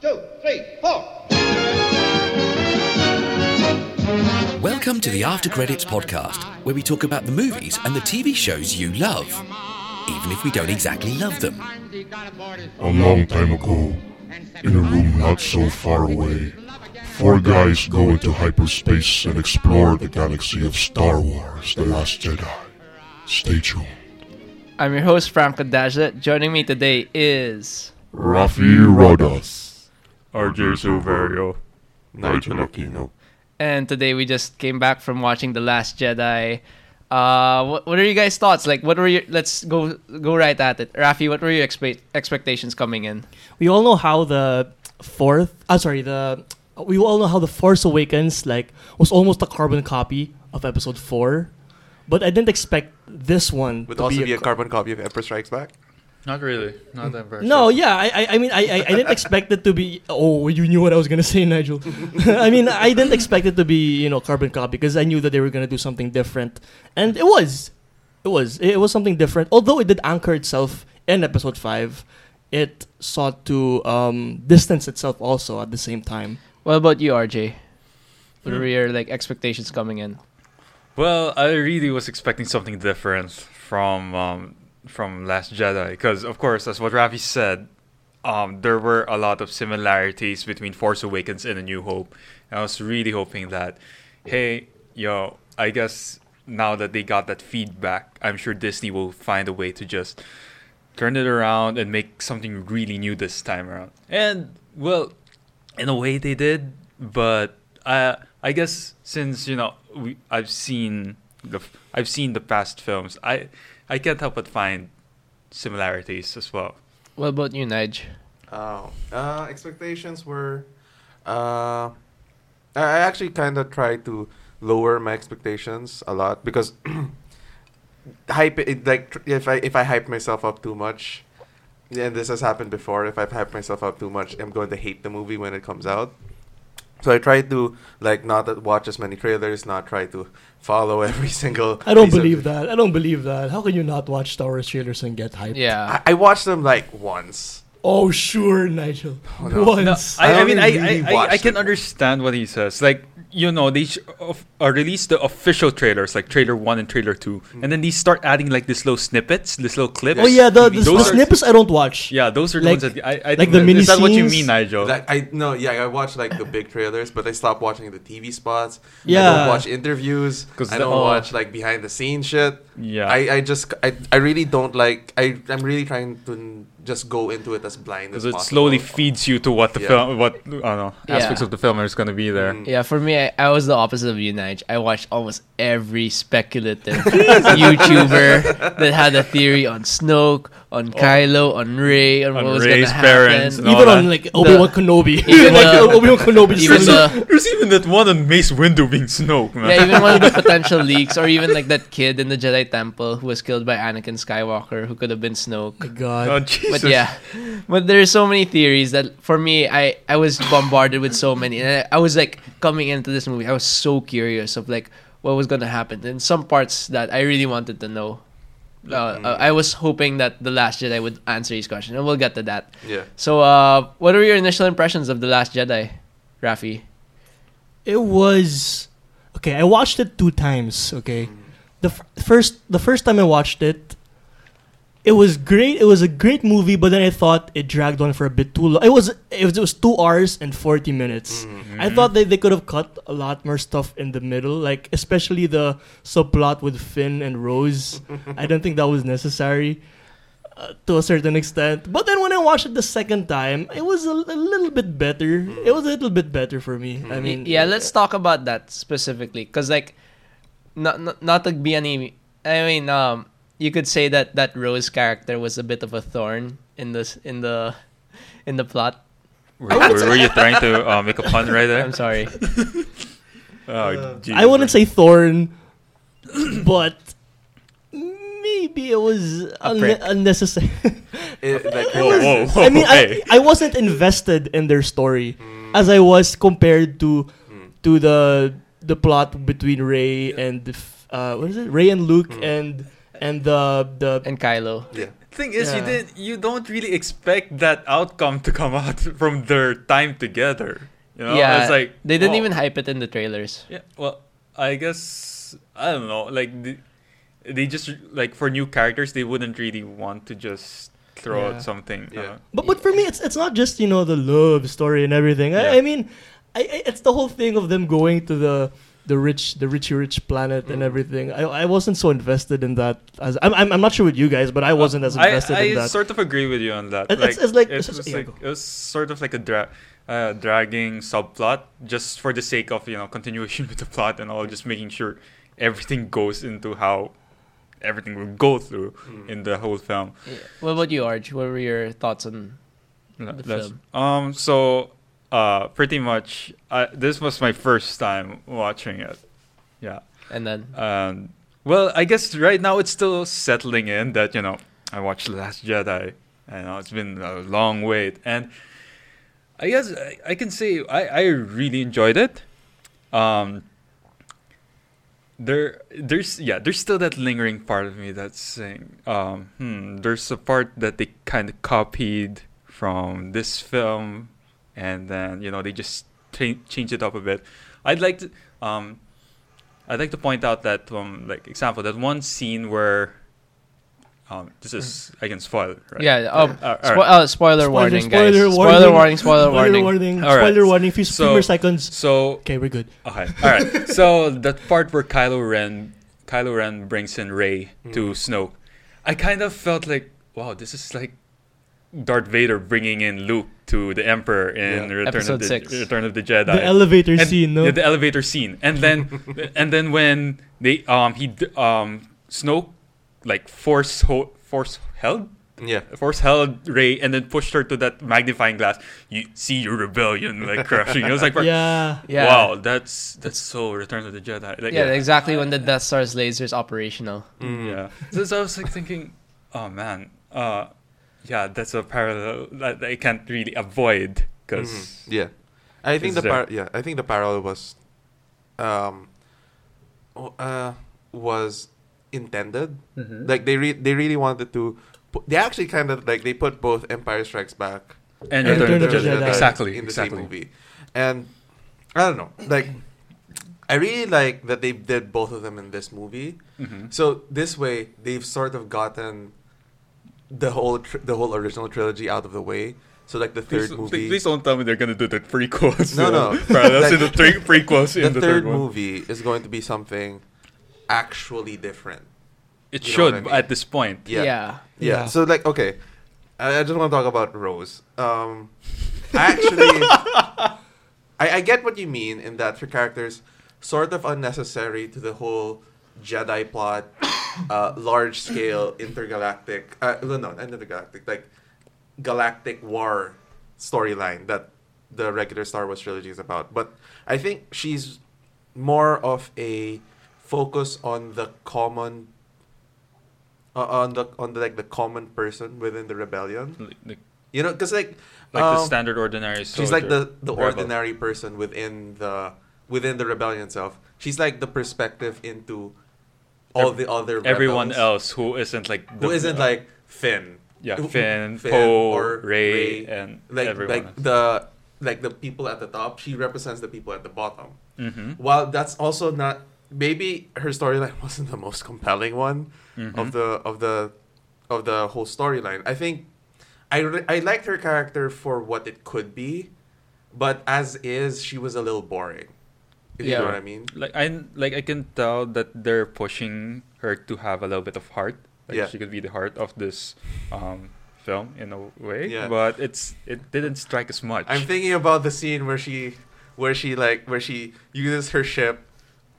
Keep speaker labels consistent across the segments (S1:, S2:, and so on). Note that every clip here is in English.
S1: three, four.
S2: Welcome to the After Credits podcast, where we talk about the movies and the TV shows you love, even if we don't exactly love them.
S3: A long time ago, in a room not so far away, four guys go into hyperspace and explore the galaxy of Star Wars The Last Jedi. Stay tuned.
S4: I'm your host, Franco Dajlet. Joining me today is.
S3: Rafi Rodas.
S5: RJ Silverio, Nigel Aquino.
S4: And today we just came back from watching The Last Jedi. Uh, what, what are you guys' thoughts? Like, what were your. Let's go go right at it. Rafi, what were your expe- expectations coming in?
S6: we all know how the fourth I'm sorry the we all know how the Force Awakens like was almost a carbon copy of episode 4 but I didn't expect this one
S7: would
S6: to
S7: also
S6: be,
S7: be a carbon copy of Emperor Strikes Back.
S5: Not really. Not that impressive.
S6: no yeah I, I, I mean I, I, I didn't expect it to be oh you knew what I was gonna say Nigel I mean I didn't expect it to be you know carbon copy because I knew that they were gonna do something different and it was it was it was something different although it did anchor itself in episode 5 it sought to um, distance itself also at the same time
S4: What about you, RJ? What were your like expectations coming in?
S5: Well, I really was expecting something different from um, from Last Jedi because, of course, as what Ravi said, um, there were a lot of similarities between Force Awakens and A New Hope. And I was really hoping that, hey, yo, I guess now that they got that feedback, I'm sure Disney will find a way to just turn it around and make something really new this time around. And well, in a way they did, but I I guess since you know we I've seen the f- I've seen the past films, I I can't help but find similarities as well.
S4: What about you, Nige?
S7: Oh, uh, expectations were. Uh, I I actually kind of tried to lower my expectations a lot because hype it, like tr- if I if I hype myself up too much, yeah, and this has happened before. If I've hyped myself up too much, I'm going to hate the movie when it comes out. So I tried to like not watch as many trailers, not try to follow every single.
S6: I don't
S7: piece of-
S6: believe that. I don't believe that. How can you not watch Star Wars trailers and get hyped?
S4: Yeah.
S7: I, I watched them like once.
S6: Oh sure, Nigel.
S7: no.
S5: No,
S6: Once.
S5: I, I,
S7: I
S5: mean, I,
S7: only really
S5: I, I, I
S7: watched
S5: can
S7: it.
S5: understand what he says. Like, you know, they sh- of, uh, release the official trailers, like trailer one and trailer 2 and then they start adding like these little snippets, these little clips.
S6: oh yeah, the, the,
S5: Those
S6: the
S5: are-
S6: snippets I don't watch.
S5: Yeah, those are the
S6: Like-
S5: ones that I, I
S6: like the
S5: is that what you
S6: mini-scenes?
S5: mean, Nigel?
S7: Like I no, yeah, I watch like the big trailers, but I stopped watching the TV spots. I
S6: Yeah.
S7: don't watch interviews.
S5: 'Cause
S7: I
S5: the-
S7: don't
S5: oh.
S7: watch like behind the scenes shit.
S5: Yeah.
S7: I, I just I, I really don't like I I'm really trying to n- just go into it as blind as
S5: because it
S7: possible.
S5: slowly feeds you to what the
S7: Yeah.
S5: film, what I don't know, aspects
S4: Yeah.
S5: of the film is going to be there.
S4: Yeah, for me, I, I was the opposite of you, Nige. I watched almost every speculative YouTuber that had a theory on Snoke, on Kylo, on Ray, on,
S5: Oh. On
S4: what was
S5: Rey's
S4: gonna
S5: parents
S4: happen.
S5: and all
S6: Even
S5: that.
S6: on like Obi Wan Kenobi.
S4: even
S6: like
S4: the-
S6: Obi Wan Kenobi.
S4: even
S6: says-
S4: the-
S5: There's even that one on Mace Windu being Snoke, man.
S4: uh, Yeah, even one of the potential leaks, or even like that kid in the Jedi Temple who was killed by Anakin Skywalker, who could have been Snoke.
S6: my God.
S5: Oh, Jesus.
S4: But yeah, but there's so many theories that for me, I I was bombarded with so many, and I, I was like coming into this movie, I was so curious of like what was gonna happen, and some parts that I really wanted to know. Uh, I I was hoping that the Last Jedi would answer these questions, and we'll get to that.
S7: Yeah.
S4: So, uh, what are your initial impressions of the Last Jedi, Rafi?
S6: It was okay. I watched it two times. Okay, the f- first the first time I watched it, it was great. It was a great movie, but then I thought it dragged on for a bit too long. It was it was, it was two hours and forty minutes. I thought that they could have cut a lot more stuff in the middle, like especially the subplot with Finn and Rose. I don't think that was necessary. uh, To a certain extent, but then when I watched it the second time, it was a, a little bit better. It was a little bit better for me. I
S4: Y-
S6: mean,
S4: yeah, let's talk about that specifically, because like, not, not not to be any. I mean, um, you could say that that Rose character was a bit of a thorn in this in the in the plot.
S5: Were, were- were you trying to uh, make a pun right there?
S4: I'm sorry. Uh,
S5: Oh, Jesus.
S6: I wouldn't say thorn, but maybe it was un-
S4: prick.
S6: unnecessary.
S7: It- like,
S5: Whoa, whoa, whoa!
S6: I mean,
S5: hey.
S6: I, I wasn't invested in their story as I was compared to to the the plot between Ray and uh, what is it? Ray and Luke and and the the
S4: And Kylo.
S7: yeah.
S5: thing is, you
S4: Yeah.
S5: didn't. You don't really expect that outcome to come out from their time together. You know,
S4: yeah,
S5: it's like oh.
S4: they didn't
S5: well,
S4: even hype it in the trailers.
S5: Yeah, well, I guess I don't know. Like the, they just like for new characters, they wouldn't really want to just throw
S4: Yeah.
S5: out something.
S7: Yeah.
S5: uh,
S6: But but for me, it's it's not just you know the love story and everything. I,
S5: Yeah.
S6: I mean, I, I it's the whole thing of them going to the the rich the richy rich planet
S5: Mm.
S6: and everything. I, I wasn't so invested in that as I'm, I'm I'm not sure with you guys, but I wasn't as
S5: Uh, I-
S6: invested
S5: I,
S6: in that.
S5: sort of agree with you on that.
S6: It- it's- it's like-
S5: it
S6: it's just-
S5: was
S6: yeah,
S5: like-
S6: go.
S5: it was sort of like a dra- uh, dragging subplot just for the sake of you know continuation with the plot and all, just making sure everything goes into how everything will go through in the whole film.
S4: What about you, Arch? What were your thoughts on?
S5: No,
S4: the
S5: that's-
S4: film?
S5: Um, so, uh, pretty much, I, this was my first time watching it. Yeah.
S4: And then
S5: Um, well, I guess right now it's still settling in that you know I watched The Last Jedi, and uh, it's been a long wait, and I guess I, I can say I, I really enjoyed it. Um, there, there's yeah, there's still that lingering part of me that's saying, um, hmm, there's a part that they kind of copied from this film, and then you know they just cha- change it up a bit. I'd like to, um, I'd like to point out that um, like example that one scene where, um, this is I can spoil, right?
S4: Mm. yeah, um,
S5: All right.
S4: spo- uh, spoiler, warning, guys. spoiler warning, spoiler warning.
S5: All right.
S6: spoiler warning. If you speak
S5: So-
S6: more seconds,
S5: So
S6: okay, we're good.
S5: Okay. All right. so that part where Kylo Ren, Kylo Ren brings in Rey
S6: Mm.
S5: to Snoke, I kind of felt like, wow, this is like Darth Vader bringing in Luke to the Emperor in
S7: Yeah.
S5: Return
S4: Episode
S5: of the
S4: six.
S5: Return of the Jedi.
S6: The elevator
S5: And-
S6: scene, no?
S5: yeah, the elevator scene, and then and then when they um he d- um Snoke like force ho- force held
S7: Yeah.
S5: force held Ray and then pushed her to that magnifying glass. You see your rebellion like crushing. It was like
S6: yeah.
S4: Yeah.
S5: Wow, that's that's so Return of the Jedi. Like, Mm.
S4: Yeah, exactly when the Death Star's laser is operational.
S5: yeah. So, so I was like thinking, oh man, uh, yeah, that's a parallel that I can't really avoid because
S7: Mhm. yeah, I think
S5: Is
S7: the
S5: there-
S7: par- yeah I think the parallel was, um, o- uh, was intended.
S5: Mm-hmm.
S7: Like they re- they really wanted to. Pu- they actually kind of like they put both Empire Strikes Back
S5: and
S6: And
S5: Return of the
S6: Return
S5: Jedi,
S6: of the Jedi.
S5: exactly,
S7: in the
S5: exactly.
S7: same movie, and I don't know like. I really like that they did both of them in this movie.
S5: Mm-hmm.
S7: So this way, they've sort of gotten the whole tr- the whole original trilogy out of the way. So like the
S5: Please,
S7: third
S5: don't-
S7: movie,
S5: please don't tell me they're gonna do the prequels.
S7: No,
S5: you know,
S7: no.
S5: parallels in the
S7: Like,
S5: three prequels
S7: the,
S5: in the
S7: third,
S5: one.
S7: movie is going to be something actually different.
S5: It
S7: You know
S5: should
S7: what I mean?
S5: at this point.
S7: Yeah.
S4: yeah.
S7: Yeah.
S6: Yeah.
S7: So like, okay, I, I just want to talk about Rose. Um, I actually, I, I get what you mean in that her character's sort of unnecessary to the whole Jedi plot, uh, large scale intergalactic. Uh, no, no, not intergalactic. Like galactic war storyline that the regular Star Wars trilogy is about. But I think she's more of a focus on the common uh, on the on the like the common person within the rebellion.
S5: Like, like
S7: You know, because like
S5: Mm-hmm. the
S7: um,
S5: standard ordinary soldier.
S7: she's like the the
S5: rebel.
S7: ordinary person within the within the rebellion itself. She's like the perspective into all
S5: Ev-
S7: the other rebels
S5: Everyone else who isn't like
S7: who
S5: the-
S7: isn't like Finn.
S5: yeah
S7: Who-
S5: Finn, Poe,
S7: or
S5: Ray,
S7: Rey.
S5: and
S7: like
S5: everyone
S7: like
S5: else.
S7: the like the people at the top. She represents the people at the bottom.
S5: Mhm.
S7: While that's also not maybe her storyline wasn't the most compelling one
S5: Mm-hmm.
S7: of the of the of the whole storyline. I think I re- I liked her character for what it could be, but as is, she was a little boring. If you
S4: Yeah.
S7: know what I mean.
S5: like I like I can tell that they're pushing her to have a little bit of heart. Like
S7: Yeah.
S5: she could be the heart of this um, film in a way.
S7: Yeah.
S5: But it's it didn't strike as much.
S7: I'm thinking about the scene where she, where she like where she uses her ship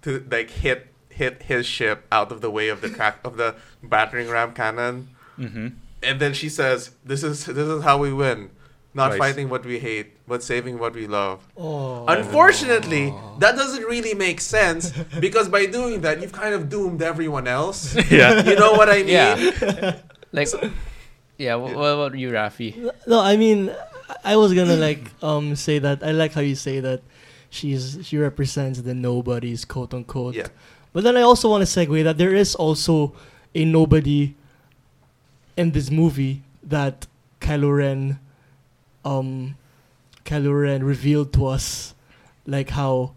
S7: to like hit hit his ship out of the way of the crack of the battering ram cannon,
S5: mm-hmm.
S7: and then she says, "This is this is how we win." Not
S5: Nice.
S7: fighting what we hate, but saving what we love.
S6: Oh.
S7: Unfortunately, that doesn't really make sense because by doing that, you've kind of doomed everyone else.
S5: yeah.
S7: You know what I mean?
S4: Yeah. like, yeah, wh- what about you, Rafi?
S6: No, I mean, I was gonna like um say that. I like how you say that. She's she represents the nobodies, quote unquote.
S7: Yeah.
S6: But then I also want to segue that there is also a nobody in this movie that Kylo Ren, um, Kylo Ren revealed to us, like how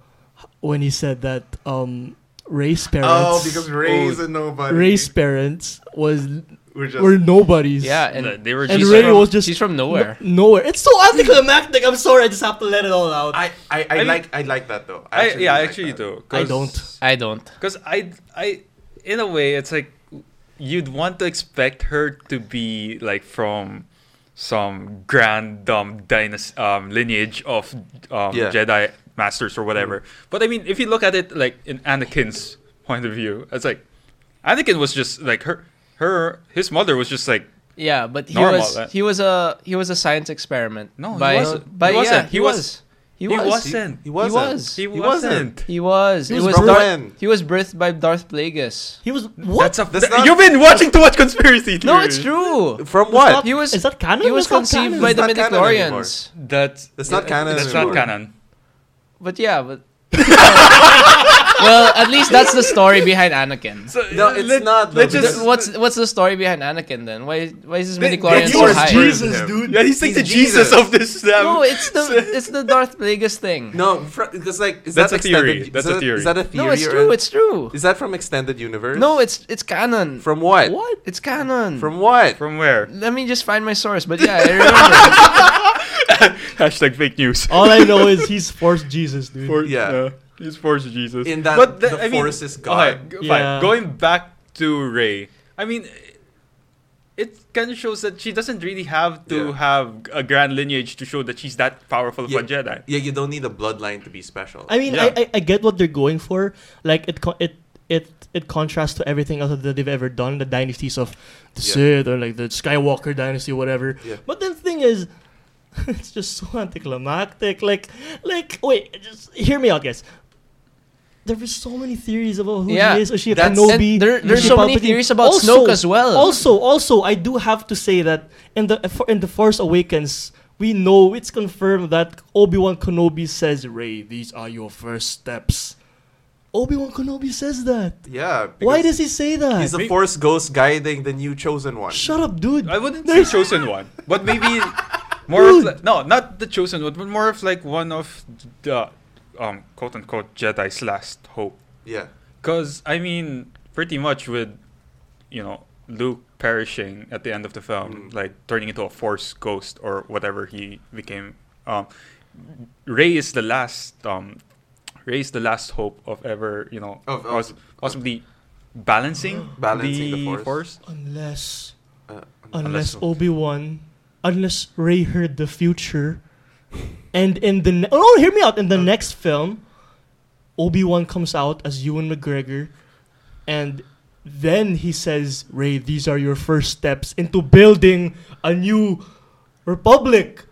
S6: when he said that um, Ray's parents,
S7: Oh, because Ray's
S5: Oh,
S7: and nobody.
S6: Ray's parents was
S7: We're just.
S6: were nobodies.
S4: Yeah, and
S5: Like, they were
S6: and
S5: just
S6: Ray
S5: from-
S6: was just
S4: she's from nowhere.
S6: No- nowhere. It's so anticlimactic. I'm sorry. I just have to let it all out.
S7: I, I, I,
S5: mean-
S7: like I like that though.
S5: I, yeah, I
S7: like
S5: actually
S7: that.
S5: do.
S6: I don't.
S4: I don't.
S5: Because I, I, in a way, it's like you'd want to expect her to be like from some grand dumb dynasty um, lineage of um,
S7: Yeah. Mm-hmm.
S5: Jedi masters or whatever. But I mean, if you look at it like in Anakin's point of view, it's like Anakin was just like her, her, his mother was just like
S4: Yeah, but he
S5: Normal,
S4: was
S5: right?
S4: he was a he was a science experiment.
S5: No, he
S4: by,
S5: wasn't.
S4: By,
S5: He wasn't.
S4: Yeah, he,
S5: He
S4: was.
S5: was-
S4: He
S5: he,
S4: was.
S5: wasn't.
S7: He wasn't.
S4: was.
S5: He,
S7: He
S5: wasn't.
S7: wasn't.
S4: He was.
S7: He
S4: it
S7: was
S4: was
S7: from
S4: Darth-
S7: when?
S4: he was birthed by Darth Plagueis.
S6: He was what?
S5: That's a.
S7: That's
S5: that-
S7: not-
S5: you've been watching too much conspiracy theories.
S4: No, it's true.
S7: From
S6: not-
S7: what?
S4: He was.
S6: Is that canon?
S4: He was
S6: That's not
S4: conceived
S6: canon.
S4: by
S7: It's
S4: the
S7: not canon anymore.
S4: midichlorians.
S5: That's
S7: That's not canon
S5: That's
S7: anymore.
S5: not canon.
S4: But yeah, but. well, at least that's the story behind Anakin.
S5: So,
S7: No, it's not, though,
S5: Let's
S7: because-
S5: just
S4: The- what's what's the story behind Anakin then? Why why is this
S7: They-
S4: midichlorian
S7: they
S4: so
S7: forced
S4: high?
S7: Jesus.
S5: Yeah, he's like
S7: He's
S5: the Jesus,
S7: Jesus.
S5: of this. Um,
S4: No, it's the it's the Darth Plagueis thing.
S7: No, fr- because like is
S5: That's
S7: that
S5: a theory.
S7: extended-
S5: That's
S7: is
S5: a
S7: that-
S5: theory.
S7: Is that a theory?
S4: no, it's
S7: or-
S4: true. It's true.
S7: Is that from extended universe?
S4: No, it's it's canon.
S7: From what?
S4: what? It's canon.
S7: From what?
S5: From where?
S4: Let me just find my source. But yeah, I remember.
S5: Hashtag fake news.
S6: all I know is he's forced Jesus, dude.
S5: For-
S7: Oh, Yeah.
S5: uh, he's forced Jesus.
S7: In that
S5: th-
S7: the
S5: I mean-
S7: force is God.
S5: Okay, g-
S6: Yeah.
S5: fine. Going back to Ray, I mean, it kind of shows that she doesn't really have to
S7: Yeah.
S5: have a grand lineage to show that she's that powerful of
S7: yeah,
S5: a Jedi.
S7: yeah, you don't need a bloodline to be special.
S6: I mean,
S5: Yeah.
S6: I, I I get what they're going for. Like it co- it it it contrasts to everything else that they've ever done, the dynasties of the
S7: Yeah.
S6: Sith or like the Skywalker dynasty, whatever.
S7: Yeah.
S6: But the thing is, it's just so anticlimactic. Like like wait, just hear me out, guys. There were so many theories about who
S4: Yeah.
S6: he is. Is she a
S7: That's-
S6: Kenobi?
S4: and there-
S6: Is
S4: there's
S6: she
S4: so many
S6: Palpatine?
S4: theories about Snoke as well.
S6: Also, also, I do have to say that in the for- in the Force Awakens, we know it's confirmed that Obi Wan Kenobi says, "Ray, these are your first steps." Obi Wan Kenobi says that.
S7: yeah.
S6: Why
S7: because
S6: does he say that?
S7: he's a force ghost guiding the new chosen one?
S6: Shut up, dude.
S5: I wouldn't say chosen one, but maybe more of
S6: Dude.
S5: like, no, not the chosen one, but more of like one of the um quote unquote Jedi's last hope.
S7: Yeah.
S5: Because, I mean, pretty much with, you know, Luke perishing at the end of the
S7: Mm.
S5: film, like turning into a Force ghost or whatever he became, um, Ray is the last, um, Ray is the last hope of ever, you know,
S7: Of- of-
S5: pos- possibly balancing,
S7: Balancing the Force.
S6: unless,
S7: Uh,
S6: unless
S5: unless-
S6: Obi Wan, unless Ray heard the future, and in the ne- oh, hear me out. In the next film, Obi Wan comes out as Ewan McGregor, and then he says, "Ray, these are your first steps into building a new republic."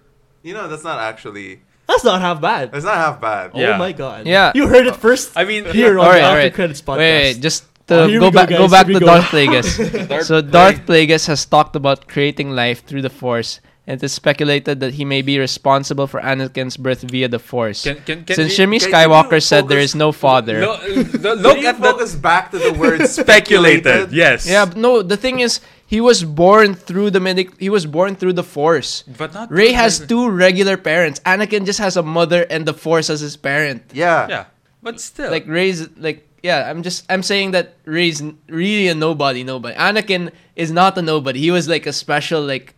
S7: you know, that's not actually.
S6: That's not half bad.
S7: That's not half bad.
S5: Yeah.
S6: Oh my god!
S4: Yeah.
S6: you heard it first.
S5: I mean,
S6: here on
S4: all right,
S6: the
S4: all
S6: After
S4: right.
S6: Credits podcast.
S4: Wait, wait, just to
S6: Oh, here
S4: go,
S6: we go,
S4: back, go
S6: guys,
S4: back
S6: here
S4: to
S6: we go.
S4: Darth Plagueis.
S5: Darth
S4: so Darth Plagueis has talked about creating life through the Force, and it is speculated that he may be responsible for Anakin's birth via the Force.
S5: Can- can- can
S4: Since
S5: we-
S4: Jimmy
S7: can- can
S4: Skywalker
S7: you
S4: said there
S7: focus-
S4: is no father.
S5: Lo- lo-
S7: Look
S5: look
S7: you at
S5: at the
S7: focus back to the word
S5: speculated, yes.
S4: Yeah, but no, the thing is, he was born through the medic. He was born through the Force.
S5: But not
S4: Ray
S5: through
S4: has
S5: the-
S4: two regular parents. Anakin just has a mother and the Force as his parent.
S7: Yeah.
S5: Yeah, but still.
S4: Like Ray's, like yeah, I'm just I'm saying that Ray's n- really a nobody, nobody. Anakin is not a nobody. He was like a special, like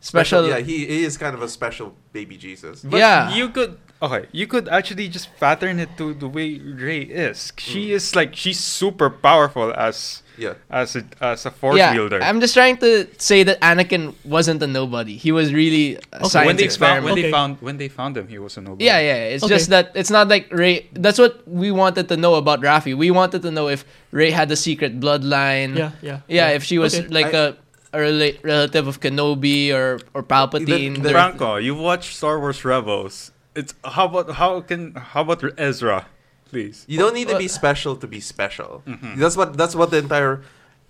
S4: special.
S7: Yeah, he, he is kind of a special baby Jesus.
S5: But
S4: Yeah.
S5: you could okay. You could actually just pattern it to the way Ray is. She is like she's super powerful as
S7: Yeah.
S5: as a as a force
S4: yeah,
S5: wielder.
S4: I'm just trying to say that Anakin wasn't a nobody. He was really a science
S5: when they
S4: experiment.
S5: found when
S6: Okay.
S5: they found when they found him, he was a noble.
S4: Yeah, yeah. It's
S6: Okay.
S4: just that it's not like Ray. That's what we wanted to know about Rafi. We wanted to know if Ray had a secret bloodline.
S6: Yeah, yeah,
S4: Yeah,
S6: yeah.
S4: if she was
S6: Okay.
S4: like
S7: I-
S4: a a rela- relative of Kenobi or or Palpatine.
S7: the-
S4: There-
S5: Franco, you watch Star Wars Rebels. It's how about how can how about Ezra, please?
S7: You don't need to be special to be special. That's what that's what the entire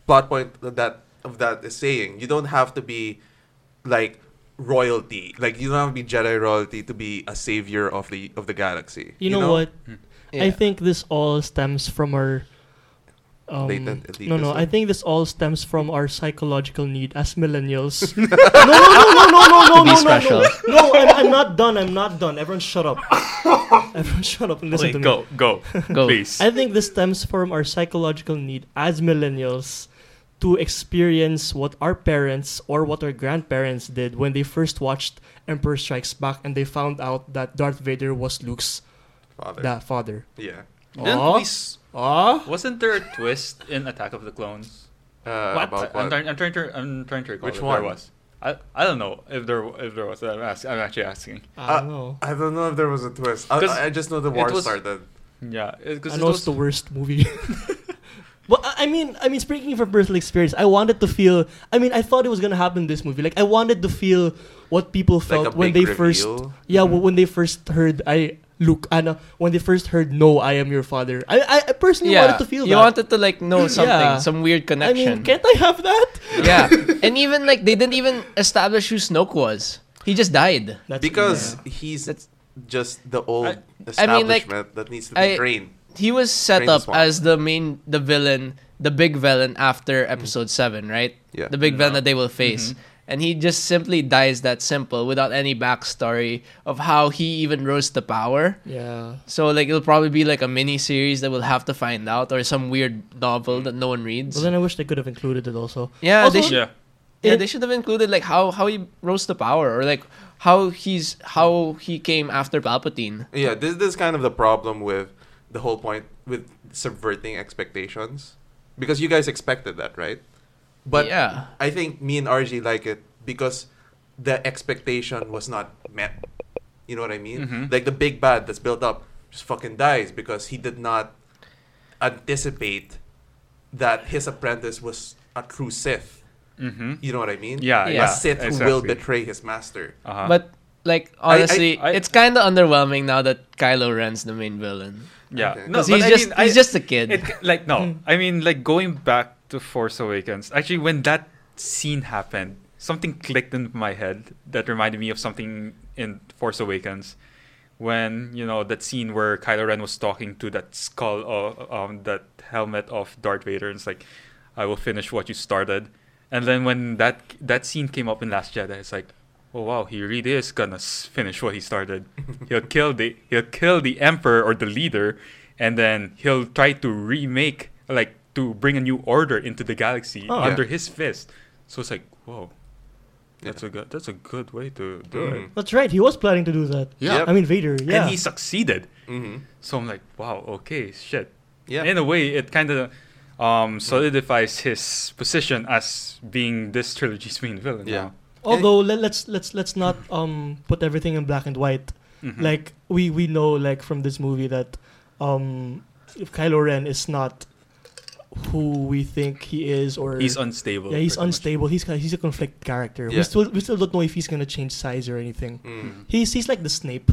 S7: plot point of that of that is saying. You don't have to be like royalty. Like you don't have to be Jedi royalty to be a savior of the of the galaxy.
S6: You know, what?
S4: Hmm. Yeah.
S6: I think this all stems from our um,
S7: Latent elitism.
S6: No, no. I think this all stems from our psychological need as millennials. no, no, no, no, no, no, no,
S4: To be
S6: no,
S4: special.
S6: no, no. I'm, I'm not done. I'm not done. Everyone, shut up. Everyone, shut up and listen
S5: Wait,
S6: to me.
S5: go, go,
S4: Go.
S5: please.
S6: I think this stems from our psychological need as millennials to experience what our parents or what our grandparents did when they first watched Emperor Strikes Back and they found out that Darth Vader was Luke's
S7: Father.
S6: da- father.
S7: Yeah.
S5: Didn't
S6: Aw.
S5: we s-
S6: Ah,
S5: wasn't there a twist in Attack of the Clones?
S7: Uh,
S6: What?
S7: About
S5: I'm,
S7: what?
S5: trying, I'm trying to I'm trying to recall
S7: Which
S5: if
S7: one?
S5: there was. I, I don't know if there if there was. I'm, ask, I'm actually asking.
S6: I don't know.
S7: I don't know if there was a twist. I,
S5: 'Cause
S7: I- I just know the
S5: it
S7: war
S5: was-
S7: started.
S5: Yeah, because
S6: I know it's the worst movie. But I I mean, I mean, speaking from personal experience, I wanted to feel. I mean, I thought it was gonna happen in this movie. Like, I wanted to feel what people
S7: Like
S6: felt
S7: a
S6: when
S7: big
S6: they first
S7: reveal.
S6: Yeah, w when they first heard I Luke Anna when they first heard no, I am your father. I I, I personally wanted to feel
S4: you
S6: that.
S4: wanted to like know something,
S6: Yeah.
S4: some weird
S6: I
S4: connection.
S6: mean, can't I have that?
S4: yeah, and even like they didn't even establish who Snoke was. He just died.
S6: That's
S7: because he's
S4: That's-
S7: just the old
S5: I-
S4: I mean,
S7: establishment
S4: like,
S7: that needs to
S4: I-
S7: be drained.
S4: He was set
S7: Brain
S4: up
S7: swap.
S4: as the main, the villain, the big villain after Episode Seven, right?
S7: Yeah.
S4: The big villain that
S5: No. Mm-hmm.
S4: they will face, and he just simply dies that simple without any backstory of how he even rose to power.
S6: yeah.
S4: So like it'll probably be like a mini series that we'll have to find out, or some weird novel that no one reads.
S6: Well, then I wish they could have included it also.
S4: yeah, they
S6: Also-
S4: should.
S5: yeah.
S4: Yeah,
S6: It-
S4: they should have included like how how he rose to power or like how he's how he came after Palpatine.
S7: Yeah, this, this is kind of the problem with the whole point with subverting expectations. Because you guys expected that, right? But
S4: yeah,
S7: I think me and RG like it because the expectation was not met. You know what I mean?
S5: Mhm.
S7: Like the big bad that's built up just fucking dies because he did not anticipate that his apprentice was a true Sith.
S5: Mm-hmm.
S7: You know what I mean?
S5: Yeah,
S4: Yeah.
S5: yeah.
S7: A Sith who
S5: exactly.
S7: will betray his master.
S5: Uh-huh.
S4: but like honestly,
S5: I- I-
S4: it's kind of underwhelming now that Kylo Ren's the main villain.
S5: yeah,
S7: Okay.
S5: no,
S4: 'Cause
S5: but
S4: he's
S5: I
S4: just
S5: mean, I-
S4: he's just a kid. Hmm.
S5: It, like no, I mean like going back to Force Awakens. Actually, when that scene happened, something clicked in my head that reminded me of something in Force Awakens, when you know that scene where Kylo Ren was talking to that skull of um that helmet of Darth Vader, and it's like, I will finish what you started, and then when that that scene came up in Last Jedi, it's like. Oh wow, he really is gonna s- finish what he started. He'll kill the he'll kill the emperor or the leader, and then he'll try to remake like to bring a new order into the galaxy
S6: Oh.
S5: under
S7: Yeah.
S5: his fist. So it's like, whoa, that's a good that's a good way to do it.
S6: That's right. He was planning to do that.
S7: Mm. Yeah.
S6: I mean Vader. Yeah.
S5: And he succeeded.
S7: Mm-hmm.
S5: So I'm like, wow, okay, shit.
S7: Yeah.
S5: In a way, it kind of um, solidifies his position as being this trilogy's main villain.
S7: Yeah.
S5: now.
S6: Although let, let's let's let's not um put everything in black and white.
S5: Mhm.
S6: Like we we know like from this movie that um if Kylo Ren is not who we think he is or
S5: he's unstable.
S6: Yeah, he's
S5: pretty much.
S6: unstable. He's ki- he's a conflict character. We
S7: Yeah.
S6: still we still don't know if he's gonna change size or anything.
S7: Mm.
S6: He's he's like the Snape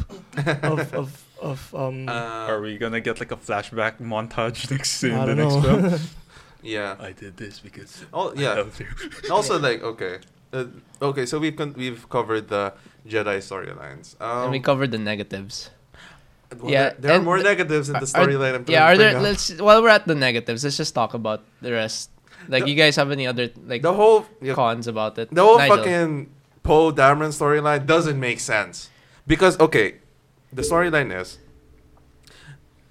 S6: of of of um.
S5: Are
S7: Uh,
S5: we gonna get like a flashback montage next in
S6: I
S5: the
S6: don't
S5: next
S6: know.
S5: film?
S7: yeah.
S5: I did this because
S7: Oh
S5: I
S7: yeah.
S5: love you.
S7: Also like okay. Uh, okay, so we've con- we've covered the Jedi storylines. Um,
S4: and we covered the negatives.
S7: well,
S4: yeah,
S7: there, there are
S4: and
S7: more
S4: the-
S7: negatives in the storyline. I'm trying
S4: Yeah,
S7: to
S4: are there?
S7: bring up.
S4: Let's while we're at the negatives, let's just talk about the rest. Like,
S7: The-
S4: you guys have any other like
S7: the whole yeah,
S4: cons about it?
S7: the whole
S4: Nigel.
S7: fucking Poe Dameron storyline doesn't make sense because okay, the storyline is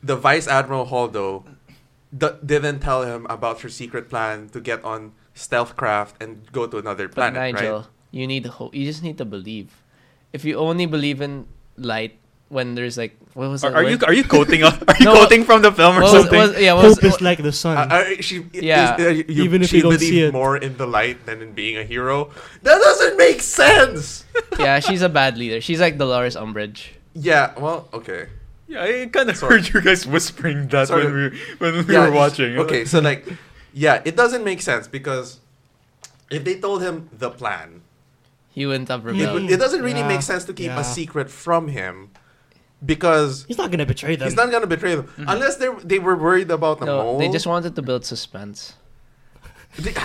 S7: the Vice Admiral Holdo d- didn't tell him about her secret plan to get on stealth craft and go to another
S4: But
S7: planet,
S4: Nigel,
S7: right?
S4: you need hope. You just need to believe. If you only believe in light when there's like what was
S5: Are,
S4: that
S5: are you
S4: word?
S5: are you quoting on, are you
S4: No,
S5: quoting from the film or
S4: What was-
S5: something?
S4: was- yeah, what was-
S6: Hope is like the sun.
S7: Uh, uh, she,
S4: Yeah.
S7: is- uh, you-
S6: Even if
S7: she
S6: you don't
S7: believed
S6: see it.
S7: more in the light than in being a hero. That doesn't make sense.
S4: yeah, she's a bad leader. She's like Dolores Umbridge.
S7: yeah. Well, okay.
S5: yeah, I kind of
S7: Sorry.
S5: heard you guys whispering that
S7: Sorry.
S5: when we when we
S7: yeah,
S5: were watching.
S7: Okay, so like, yeah, it doesn't make sense because if they told him the plan,
S4: He wouldn't have
S7: it,
S4: rebelled.
S7: would- it doesn't really
S6: Yeah,
S7: make sense to keep
S6: yeah.
S7: a secret from him because
S6: he's not gonna betray them.
S7: he's not gonna betray them unless they they were worried about the
S4: Mm-hmm. No,
S7: mole.
S4: they just wanted to build suspense.
S7: They-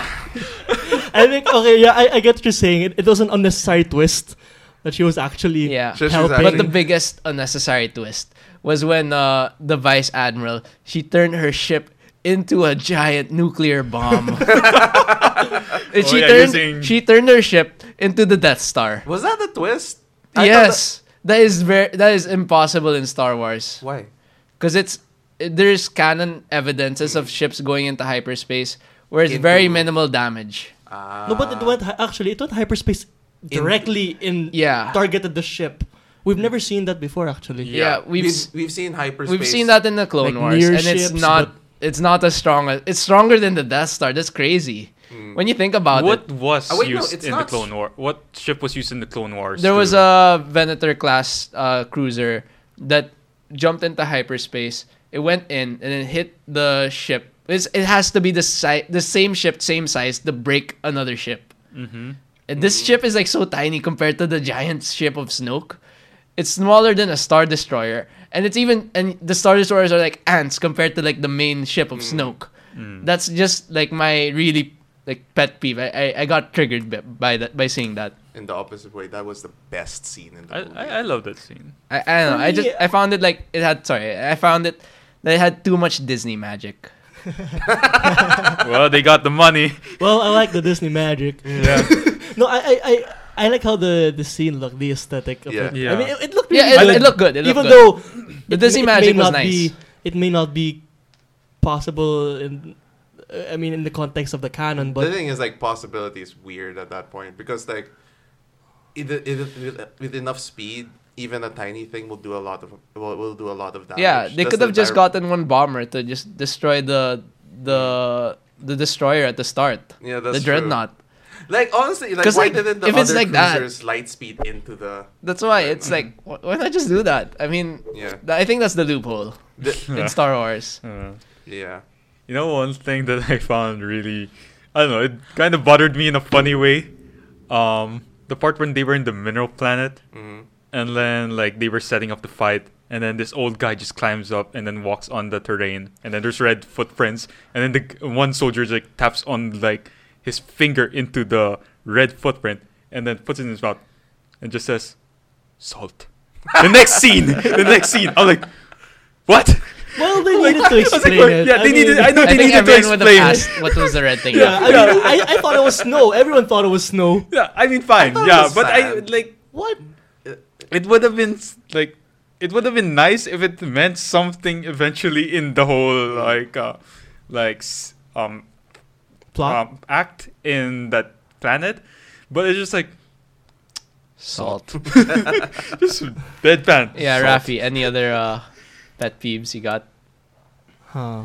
S6: I think okay. Yeah, I, I get what you're saying. It, it was an unnecessary twist that she was actually
S4: Yeah.
S7: She was
S6: helping.
S4: But
S7: actually-
S4: the biggest unnecessary twist was when uh, the vice admiral she turned her ship into a giant nuclear bomb. and she
S5: yeah,
S4: turned
S5: using-
S4: she turned her ship into the Death Star.
S7: Was that the twist? I thought
S4: yes, that is very that is impossible in Star Wars
S7: that- why?
S4: because it's there's canon evidences of ships going into hyperspace where it's
S7: Into-
S4: very minimal damage.
S7: Uh,
S6: No, but it went hy- actually it went hyperspace directly in
S4: Yeah.
S6: targeted the ship. We've never seen that before actually.
S4: Yeah, we've
S7: we've,
S4: s-
S7: we've seen hyperspace.
S4: we've seen that in the Clone
S6: Like
S4: Wars,
S6: near
S4: and it's
S6: ships,
S4: not it's not as strong as it's stronger than the Death Star. That's crazy when you think about it.
S5: What was
S7: Oh, wait, no,
S5: used
S7: it's
S5: in the
S7: not
S5: Clone
S7: s-
S5: War? What ship was used in the Clone Wars?
S4: There was a
S5: to-
S4: Venator class uh, cruiser that jumped into hyperspace. It went in and it hit the ship. It's, it has to be the si- the same ship, same size to break another ship. Mm-hmm. And this ship is like so tiny compared to the giant ship of Snoke. It's smaller than a star destroyer, and it's even and the star destroyers are like ants compared to like the main ship of Snoke. That's just like my really like pet peeve. I I, I got triggered by- by that by seeing that.
S7: in the opposite way. That was the best scene in the
S5: I,
S7: movie.
S5: I, I love that scene.
S4: I, I don't know. I
S6: For me,
S4: just I found it like it had sorry. I found it that it had too much Disney magic.
S5: well, they got the money.
S6: Well, I like the Disney magic.
S5: Yeah.
S6: No, I I, I, I like how the, the scene looked, the aesthetic of
S7: Yeah.
S6: it.
S5: Yeah.
S6: I mean, it, it looked
S4: Yeah,
S6: really
S4: it,
S6: good.
S4: it looked good. It looked
S6: even
S4: good.
S6: though
S4: the
S6: it
S4: Disney
S6: may- it may
S4: magic was
S6: not
S4: nice.
S6: be- it may not be possible in, uh, I mean, in the context of the canon,
S7: the
S6: but
S7: thing is, like, possibility is weird at that point because, like, it, it, it- with enough speed, even a tiny thing will do a lot of will, will do a lot of damage.
S4: yeah, they
S7: That's
S4: could
S7: Ah, the
S4: have just
S7: entire-
S4: gotten one bomber to just destroy the the the destroyer at the start.
S7: Yeah, that's
S4: the
S7: true.
S4: dreadnought.
S7: Like honestly, like
S4: 'Cause,
S7: why
S4: like,
S7: didn't the
S4: if
S7: other
S4: it's like that-
S7: cruisers light speed into the?
S4: That's why it's like wh- why not just do that? I mean,
S7: Yeah.
S4: th- I think that's the loophole
S7: the
S4: in Star Wars.
S5: Uh,
S7: yeah.
S5: you know, one thing that I found really, I don't know, it kind of bothered me in a funny way. Um, the part when they were in the mineral planet, and then like they were setting up the fight, and then this old guy just climbs up and then walks on the terrain, and then there's red footprints, and then the one soldier like taps on like his finger into the red footprint, and then puts it in his mouth, and just says, "Salt." the next scene, the next scene, I'm like, what?
S6: well, they needed to
S5: I was
S6: explain
S5: like,
S6: it.
S5: Yeah, they
S6: I
S5: needed.
S6: mean-
S5: I know
S4: I
S5: they
S4: think
S5: needed to
S4: everyone would have
S5: explain.
S4: asked what was the red thing.
S6: yeah, I, mean, I, I thought it was snow. Everyone thought it was snow.
S5: Yeah, I mean, fine.
S7: thought it
S5: yeah,
S7: was
S5: but I
S7: sand.
S5: like
S6: What?
S5: it would have been s- like it would have been nice if it meant something eventually in the whole like uh, like s- um,
S6: Plot?
S5: um act in that planet, but it's just like
S4: Salt.
S5: just deadpan.
S4: Yeah,
S5: Salt.
S4: Rafi. Any other uh, pet peeves you got?
S6: Huh. Uh.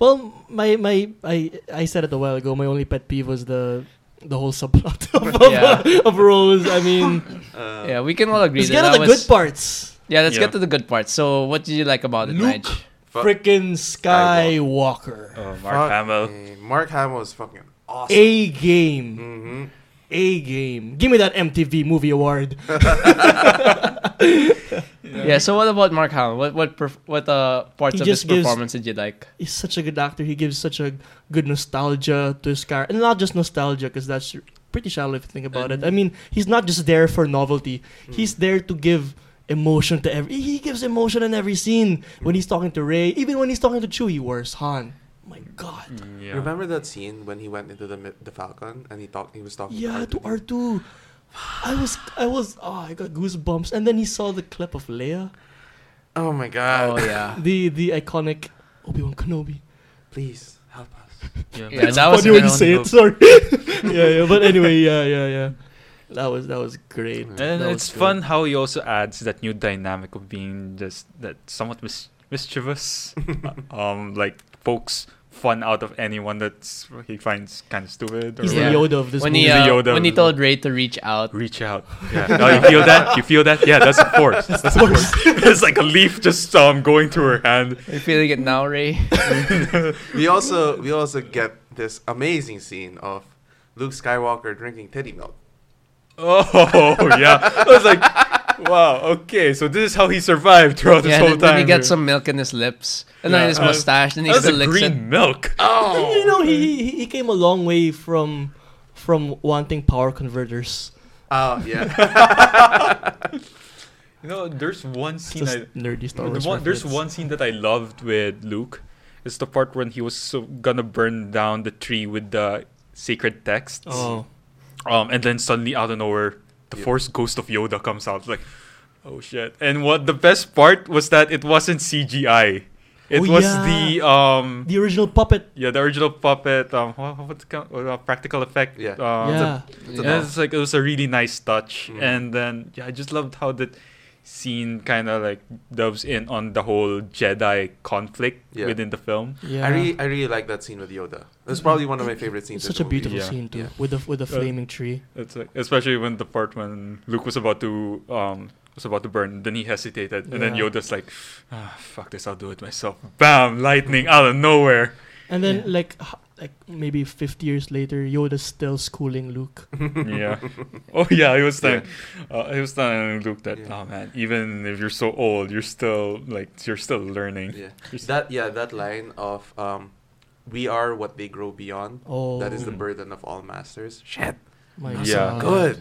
S6: Well, my my I I said it a while ago. My only pet peeve was the the whole subplot of, of,
S4: Yeah.
S6: of Rose. I mean,
S7: Uh,
S4: Yeah, we can all agree
S6: let's
S4: that
S6: get
S4: that
S6: to the
S4: was-
S6: good parts.
S4: Yeah, let's
S5: Yeah.
S4: get to the good part. So, what did you like about it,
S6: Luke.
S4: Nige?
S7: Fuck.
S6: Frickin' Skywalker,
S5: Oh, Mark
S7: fuck
S5: Hamill.
S7: me. Mark Hamill is fucking awesome.
S6: a game,
S7: Mm-hmm.
S6: a game. Give me that MTV Movie Award.
S4: Yeah. So, what about Mark Hamill? What what perf- what uh parts
S6: He
S4: of his
S6: just gives-
S4: performance did you like?
S6: He's such a good actor. He gives such a good nostalgia to his character, and not just nostalgia, because that's pretty shallow if you think about it. I mean, he's not just there for novelty. He's there to give emotion to every. He gives emotion in every scene when he's talking to Ray, even when he's talking to Chewie or Han. Oh My God.
S5: Yeah.
S7: Remember that scene when he went into the mi- the Falcon and he talked? He was talking.
S6: Yeah,
S7: to
S6: to R
S7: R2D2?
S6: two. I was, I was, oh, I got goosebumps. And then he saw the clip of Leia,
S7: Oh my
S4: Oh
S7: god!
S4: yeah,
S6: the the iconic Obi Wan Kenobi.
S7: Please help us.
S4: yeah.
S5: That's
S4: That was a
S6: funny when
S4: good
S6: you
S4: one.
S6: say it. Sorry. yeah, yeah. But anyway, yeah, yeah, yeah. That was that was great. That
S5: And it's
S6: was good.
S5: fun how he also adds that new dynamic of being just that somewhat mis- mischievous, um, like pokes fun out of anyone that's he finds kind of stupid. Or
S6: He's
S4: Yeah.
S6: the Yoda of this
S4: When he
S6: movie.
S5: He's a
S4: uh,
S5: Yoda.
S4: when he told Ray to reach out.
S5: Reach out. Yeah. Oh, you feel that? You feel that? Yeah, that's a force. That's a force. it's like a leaf just um going through her hand.
S4: Are you feeling it now, Ray?
S7: We also we also get this amazing scene of Luke Skywalker drinking titty milk.
S5: Oh yeah. I was like, wow. Okay, so this is how he survived throughout this
S4: yeah,
S5: whole
S4: and then
S5: time.
S4: he gets some milk in his lips and
S5: Yeah.
S4: then his
S5: Uh,
S4: mustache, and he
S5: That was
S4: still
S5: a
S4: licks
S5: green
S4: it.
S5: milk.
S4: Ah.
S6: You know, he, he he came a long way from from wanting power converters.
S7: Oh yeah.
S5: You know, there's one
S6: It's
S5: scene
S6: Just
S5: I
S6: nerdy Star
S5: The
S6: Wars.
S5: one- there's
S6: reference.
S5: one scene that I loved with Luke, It's the part when he was so gonna burn down the tree with the sacred texts.
S6: Oh,
S5: Um, and then suddenly out of nowhere, the
S7: Yeah.
S5: Force Ghost of Yoda comes out. Like, oh shit! And what the best part was that it wasn't CGI. It
S6: Oh,
S5: was
S6: yeah.
S5: the um
S6: the original puppet.
S5: yeah the original puppet um what, what's it called? Uh, practical effect
S7: Yeah.
S5: um,
S6: yeah,
S5: and it's like it was a really nice touch and then yeah i just loved how that scene kind of like delves in on the whole jedi conflict
S7: Yeah.
S5: within the film
S6: yeah.
S7: I really, I really like that scene with Yoda. It's probably one of my favorite scenes.
S6: It's
S7: in
S6: such
S7: the
S6: a
S7: movie.
S6: beautiful
S5: Yeah.
S6: scene too,
S7: Yeah.
S6: with the with the flaming tree.
S5: it's like especially when the part when luke was about to um was about to burn then he hesitated and then
S6: Yeah.
S5: yoda's like ah, fuck this i'll do it myself bam lightning out of nowhere
S6: And then like h- like maybe 50 years later, Yoda's still schooling Luke.
S5: yeah oh yeah he was telling uh, he was telling luke that
S7: Yeah.
S5: oh man even if you're so old you're still like you're still learning
S7: Yeah.
S5: You're s-
S7: That yeah, that line of um, "We are what they grow beyond."
S6: Oh,
S7: That is the
S5: Mm.
S7: burden of all masters. Shit,
S6: my
S5: Yeah.
S6: God.
S7: good.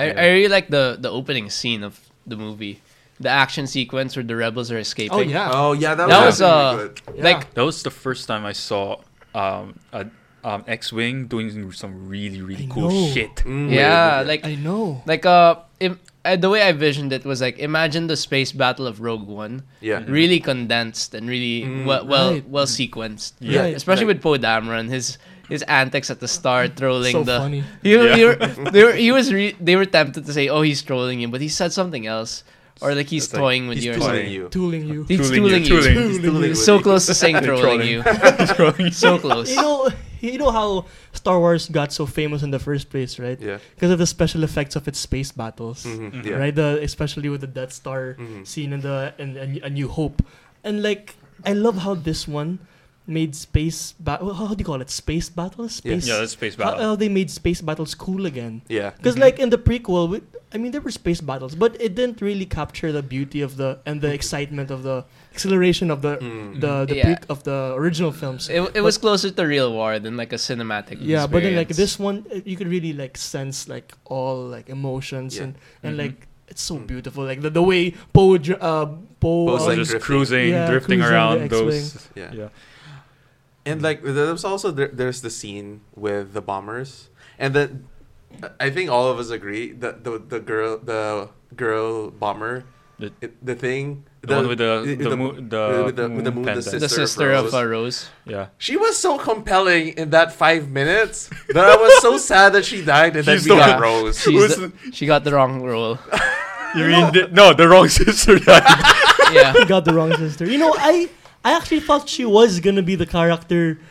S4: I, I really like the the opening scene of the movie, the action sequence where the rebels are escaping.
S6: Oh yeah.
S7: Oh yeah, that,
S4: That was,
S7: was,
S4: uh,
S7: really good.
S4: like
S5: That was the first time I saw um, a um, X-wing doing some really really
S6: I
S5: cool
S6: know.
S5: shit.
S7: Mm.
S4: yeah, like
S6: I know.
S4: like uh, im- uh, the way I visioned it was like imagine the space battle of Rogue One,
S7: yeah,
S4: really condensed and really
S7: Mm,
S4: well well,
S6: Mm-hmm. right.
S4: well sequenced.
S5: Yeah.
S6: Right.
S4: especially
S7: Like-
S4: with Poe Dameron, his his antics at the start, trolling
S6: so
S4: the.
S6: funny.
S4: You,
S5: Yeah.
S4: you were, they were, he was re- they were tempted to say, "Oh, he's trolling you," but he said something else, or like he's
S5: It's like,
S4: toying with you.
S7: he's
S4: or
S7: tooling
S4: something.
S7: you.
S6: Tooling you.
S4: He's
S5: Tooling
S4: tooling you.
S5: you, tooling.
S7: He's tooling
S4: He's
S7: with
S4: so
S7: you.
S4: close to saying trolling
S5: Trolling.
S4: you.
S5: Throwing-
S4: So close.
S6: You know, you know how Star Wars got so famous in the first place, right?
S7: Yeah,
S6: Because of the special effects of its space battles,
S7: hmm
S5: Mm-hmm.
S7: yeah.
S6: right? The especially with the Death Star
S7: Mhm.
S6: scene in the in, in A New Hope, and like I love how this one made space ba- well, how do you call it? Space battles.
S7: Yeah.
S6: Space.
S5: yeah, that's space
S6: how, how
S5: battle.
S6: they made space battles cool again.
S7: Yeah,
S6: Because like in the prequel, we, I mean there were space battles, but it didn't really capture the beauty of the and
S7: Mm-hmm.
S6: the excitement of the acceleration of the
S7: Mm.
S6: the the
S4: Yeah.
S6: pre- of the original films.
S4: It, it was closer to real war than like a cinematic.
S7: Mm-hmm.
S6: yeah, but then like
S4: experience.
S6: this one, uh, you could really like sense like all like emotions
S7: Yeah.
S6: and and
S5: Mhm.
S6: like it's so
S7: Mm.
S6: beautiful. Like the, the way Poe dr- uh, Poe
S7: Poe's
S5: So
S6: uh,
S7: like
S5: just
S7: drifting.
S5: cruising,
S6: Yeah,
S5: drifting
S6: cruising
S5: around
S6: the
S5: those.
S7: yeah.
S5: Yeah.
S7: And
S5: Mm-hmm.
S7: like there's also there, there's the scene with the bombers, and then I think all of us agree that the the girl the girl bomber
S5: The-
S7: it- the thing
S5: The, one with the the,
S7: the-
S5: mo- the
S7: with the- with the moon, the
S5: pendant.
S4: the
S7: sister
S4: sister of
S7: of Rose.
S4: uh, Rose.
S5: Yeah,
S7: she was so compelling in that five minutes that I was so sad that she died and then
S5: She's
S7: we
S5: the
S7: got
S5: one-
S7: Rose.
S4: She's
S5: Who's
S4: the, she got the wrong role.
S5: you mean the, no, the wrong sister. died.
S4: Yeah,
S6: I got the wrong sister. You know, I I actually thought she was gonna be the character.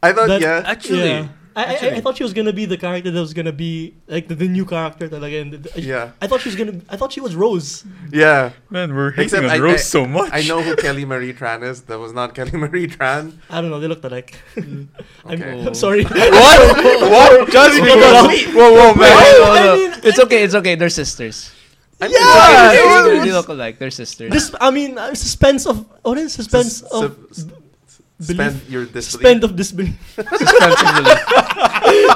S7: I thought
S6: That-
S7: yeah,
S5: Actually,
S6: yeah. I, I- I, I thought she was gonna be the character that was gonna be like the, the new character that like and the-
S7: Yeah.
S6: I thought she was gonna I thought she was Rose.
S7: yeah.
S5: man, we're hating
S7: Except
S5: on
S7: I-
S5: Rose
S7: I-
S5: so much.
S7: I know who Kelly Marie Tran is. That was not Kelly Marie Tran.
S6: I don't know. They looked alike. I'm,
S7: Mm. Okay.
S6: I'm sorry.
S5: What? what? Just because? Whoa, whoa, man!
S4: No,
S6: I
S4: no.
S6: mean,
S4: it's okay. It's okay. They're sisters.
S7: I'm-
S4: Yeah,
S7: it's-
S4: they
S7: it's-
S4: really look alike. They're sisters.
S6: this I mean uh, suspense of what is suspense
S7: Sus-
S6: of
S7: sus-
S6: belief.
S7: Suspend your disbelief.
S6: Suspend of disbelief.
S4: Suspension belief.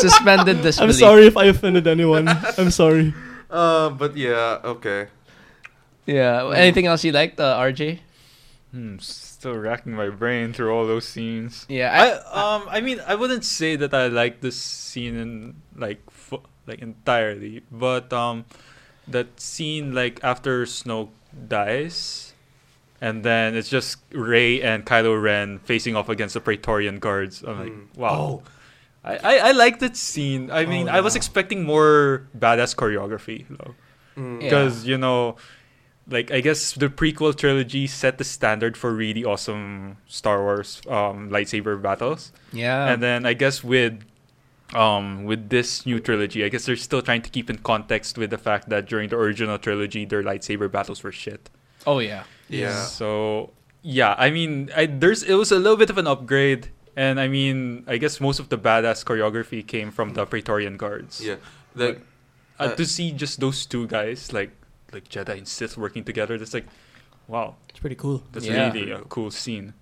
S4: Suspended disbelief.
S6: I'm sorry if I offended anyone. I'm sorry.
S7: Uh, but yeah, okay.
S4: Yeah. Anything else you liked, uh, RJ?
S5: Hmm, still racking my brain through all those scenes.
S4: Yeah.
S5: I um I mean I wouldn't say that I like this scene in like fu- like entirely, but um that scene like after Snoke dies, and then it's just Ray and Kylo Ren facing off against the Praetorian guards. I'm like,
S7: Mm.
S5: wow. I, I, I like that scene. I mean, I was expecting more badass choreography, though
S7: Mm.
S4: Yeah.
S5: because you know like i guess the prequel trilogy set the standard for really awesome star wars um, lightsaber battles
S4: yeah.
S5: and then i guess with um, with this new trilogy i guess they're still trying to keep in context with the fact that during the original trilogy their lightsaber battles were shit
S4: oh yeah.
S7: Yeah.
S5: so yeah i mean I, there's it was a little bit of an upgrade and i mean i guess most of the badass choreography came from the praetorian guards
S7: Yeah. Like
S5: uh,
S7: Uh,
S5: to see just those two guys like like Jedi and Sith working together, that's like, wow,
S6: It's pretty cool.
S5: that's
S4: Yeah.
S5: really a cool scene.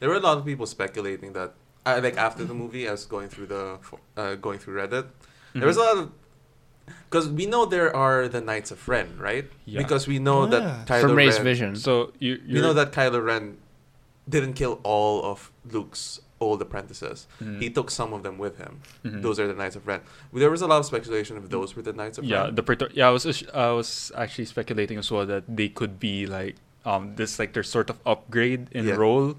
S7: there were a lot of people speculating that I like after the movie I was going through the fo- uh, going through Reddit. There was a
S5: Mm-hmm.
S7: lot of cuz we know there are the Knights of Ren, right?
S5: Yeah.
S7: Because we know
S6: Yeah.
S7: that Kylo
S4: From Ray's
S7: Ren
S4: vision.
S5: So you
S7: We know that Kylo Ren didn't kill all of Luke's old apprentices.
S5: Mm-hmm.
S7: He took some of them with him. Those are the Knights of Ren. There was a lot of speculation if those were the Knights of
S5: Yeah,
S7: Ren.
S5: the Praetor- yeah, I was ass- I was actually speculating as well that they could be like um this like their sort of upgrade in
S7: Yeah.
S5: role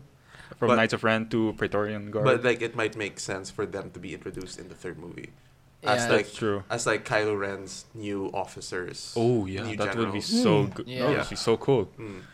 S5: from
S7: But-
S5: Knights of Ren to Praetorian Guard.
S7: But like it might make sense for them to be introduced in the third movie. As
S4: Yeah.
S7: like
S5: That's true.
S7: as like Kylo Ren's new officers.
S5: oh yeah,
S7: new
S5: that would be
S7: generals.
S5: so good.
S4: Yeah.
S5: That
S7: Yeah.
S5: would be so cool.
S7: Mm.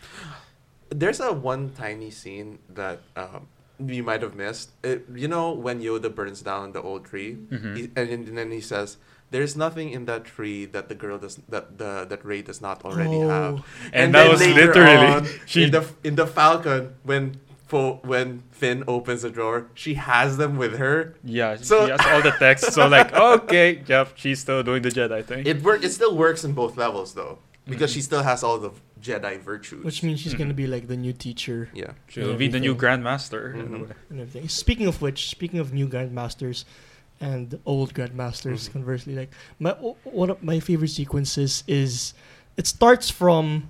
S7: There's a one tiny scene that um, you might have missed. It, you know when Yoda burns down the old tree,
S5: Mm-hmm.
S7: he, and, then- and then he says, "There's nothing in that tree that the girl does that the that Ray does not already
S6: Oh.
S7: have."
S5: And that
S7: then
S5: was
S7: later
S5: literally-
S7: on,
S5: she-
S7: in the in the Falcon when Fo- when Finn opens the drawer, she has them with her.
S5: Yeah,
S7: So-
S5: she has all the text. So like, okay, yep, she's still doing the Jedi thing.
S7: It work. It still works in both levels though, because she still has all the Jedi virtues.
S6: Which means she's gonna be like the new teacher
S7: Mm-hmm. yeah.
S5: She'll be the new Grandmaster. in a
S7: Mhm.
S5: way.
S6: and everything. Speaking of which, speaking of new grandmasters and old grandmasters,
S7: Mhm.
S6: conversely, like my o- one of my favorite sequences is it starts from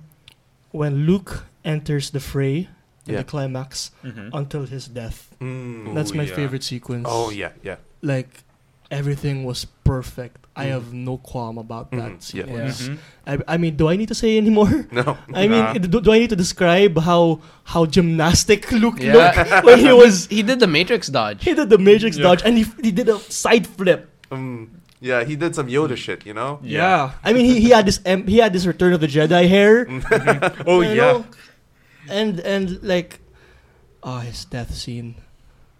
S6: when Luke enters the fray in
S7: Yeah.
S6: the climax
S5: Mhm.
S6: until his death.
S7: Mm.
S6: That's
S5: Ooh,
S6: my
S5: yeah.
S6: favorite sequence.
S7: Oh yeah, yeah.
S6: Like everything was perfect. I
S7: Mhm.
S6: have no qualm about that
S7: Mhm, yeah.
S6: sequence.
S5: Mhm.
S6: I, I mean, do I need to say anymore?
S7: No.
S6: I
S5: Nah.
S6: mean, do, do I need to describe how how gymnastic Luke
S4: Yeah.
S6: looked when he was
S4: He did the Matrix dodge.
S6: he did the Matrix
S5: Yeah.
S6: dodge and he, he did a side flip.
S7: Um, yeah, he did some Yoda shit, you know.
S5: Yeah.
S6: I mean, he, he had this em- he had this Return of the Jedi hair.
S5: Oh
S6: you
S5: yeah.
S6: know? and and like, oh, his death scene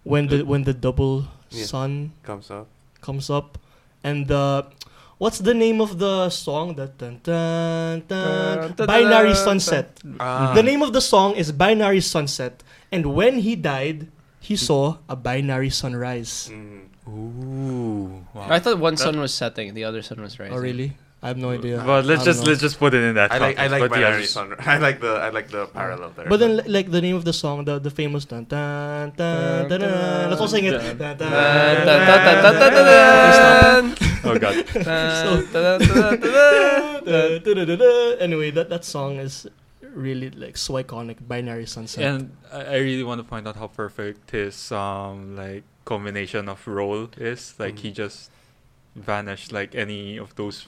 S6: when the when the double
S7: Yeah.
S6: sun
S7: Comes up.
S6: comes up, and the what's the name of the song that dun, dun, dun,
S5: Dun,
S6: binary
S5: dun,
S6: sunset.
S7: Ah.
S6: The name of the song is Binary Sunset, and when he died, he saw a binary sunrise.
S7: Mm.
S5: Ooh. Wow.
S4: I thought one sun was setting, the other sun was rising.
S6: Oh, really? I have no idea.
S5: But let's
S6: I don't
S5: just
S6: know.
S5: let's just put it in that.
S7: I like I
S5: context,
S7: like
S5: but yeah,
S7: binary
S5: just-
S7: sun. I like the I like the parallel there.
S6: But then, li- like the name of the song, the the famous dun dun dun dun. dun. Let's all sing it.
S5: Dun,
S6: Dun, dun,
S4: Dun,
S6: dun,
S4: dun, dun, dun, dun, dun, dun.
S5: Oh god.
S4: Dun, dun, dun, dun, dun.
S6: dun, dun, dun, dun. Anyway, that that song is really like so iconic. Binary Sunset.
S5: And I I really want to point out how perfect his um like combination of role is. Like
S6: Mm.
S5: he just vanished like any of those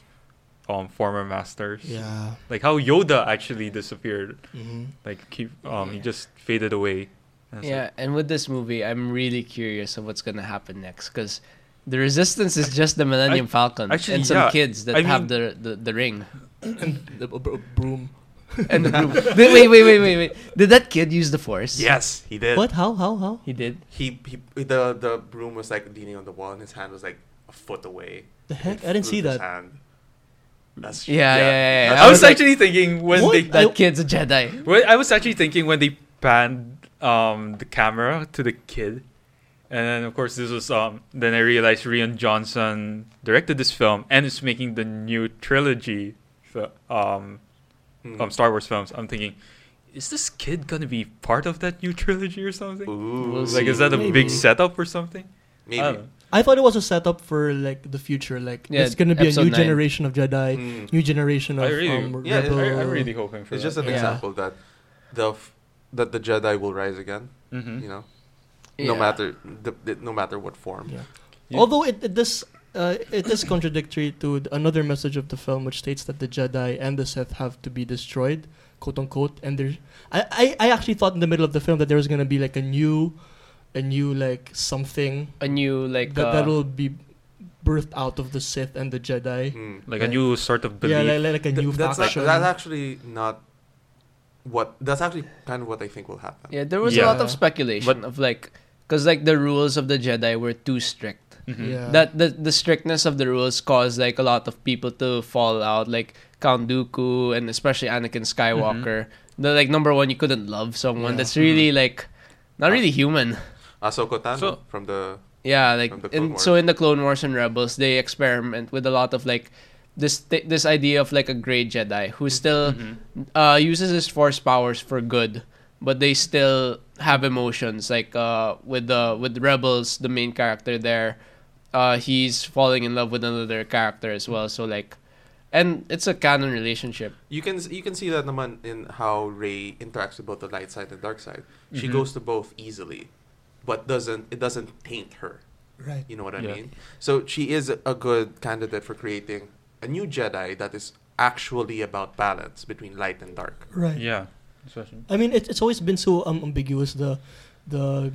S5: um former masters.
S6: yeah.
S5: Like how Yoda actually disappeared.
S6: hmm
S5: Like he um he just faded away. And it's
S4: Yeah, and with this movie, I'm really curious of what's gonna happen next because the Resistance is just the Millennium
S5: I-
S4: Falcon
S5: actually,
S4: and some
S5: yeah,
S4: kids that
S5: I
S4: have
S5: mean-
S4: the, the the ring
S6: The b- b- broom.
S4: and the broom. Did- wait, wait, wait, wait, wait. Did that kid use the Force?
S7: yes, he did.
S6: What? How? How? How?
S4: he did.
S7: He he the the broom was like leaning on the wall, and his hand was like a foot away.
S6: The heck!
S7: It
S6: I didn't
S7: flew
S6: see
S7: to his
S6: that.
S7: hand. That's
S4: Yeah, yeah, yeah. yeah.
S5: like- I was actually thinking when
S6: What?
S5: they
S4: that
S6: I-
S4: kid's a Jedi.
S5: Well, I was actually thinking when they panned um, the camera to the kid, and then of course this was um. Then I realized Rian Johnson directed this film and is making the new trilogy, fi- um,
S7: Mm.
S5: um Star Wars films. I'm thinking, is this kid gonna be part of that new trilogy or something?
S7: Ooh.
S4: We'll
S5: Like, is that a
S6: Maybe.
S5: big Oh. setup or something?
S7: maybe?
S5: I don't know.
S6: I thought it was a setup for like the future. Like
S4: Yeah,
S6: it's gonna be a
S4: episode
S6: new
S4: nine.
S6: generation of Jedi,
S7: Mm.
S6: new generation
S5: I
S6: of
S5: really-
S6: um,
S7: yeah, I- I
S6: rebel.
S5: I, I'm really hoping for
S7: It's
S5: that.
S7: just an
S4: Yeah.
S7: example that the f- that the Jedi will rise again.
S5: Mm-hmm.
S7: You know, no
S4: Yeah.
S7: matter the, the- no matter what form.
S6: Yeah.
S5: You-
S6: Although it, it this uh, it is contradictory to th- another message of the film, which states that the Jedi and the Sith have to be destroyed, quote unquote. And there, I, I, I actually thought in the middle of the film that there was gonna be like a new, a new like something
S4: A new like
S6: that
S4: uh,
S6: that'll be birthed out of the Sith and the Jedi.
S7: Mm.
S5: like a new sort of belief.
S6: Yeah, like, like a
S7: Th-
S6: new
S7: that's,
S6: faction.
S7: ac- that's actually not what. That's actually kind of what I think will happen.
S4: Yeah, there was
S5: Yeah.
S4: a lot of speculation
S5: But-
S4: of like, because like the rules of the Jedi were too strict.
S5: Mhm.
S6: yeah.
S4: Mm-hmm. That the, the strictness of the rules caused like a lot of people to fall out, like Count Dooku and especially Anakin Skywalker. The like number one, you couldn't love someone
S6: Mm-hmm. Yeah. Mm-hmm. Uh,
S4: that's really like not really human.
S7: Ahsoka Tano
S5: So-
S7: from the
S4: Yeah, like
S7: From the Clone
S4: in, so in the Clone Wars and Rebels, they experiment with a lot of like this thi- this idea of like a great Jedi
S5: Mm-hmm.
S4: who still uh, uses his Force powers for good, but they still have emotions. Like uh, with the with Rebels, the main character there, uh, he's falling in love with another character as well. So like, and it's a canon relationship.
S7: You can you can see that naman in how Rey interacts with both the light side and dark side. She
S5: Mhm.
S7: goes to both easily, but doesn't it doesn't taint her.
S6: Right.
S7: You know what I
S5: Yeah.
S7: mean? So she is a good candidate for creating a new Jedi that is actually about balance between light and dark.
S6: Right.
S5: Yeah. Especially.
S6: I mean, it's it's always been so um, ambiguous. The the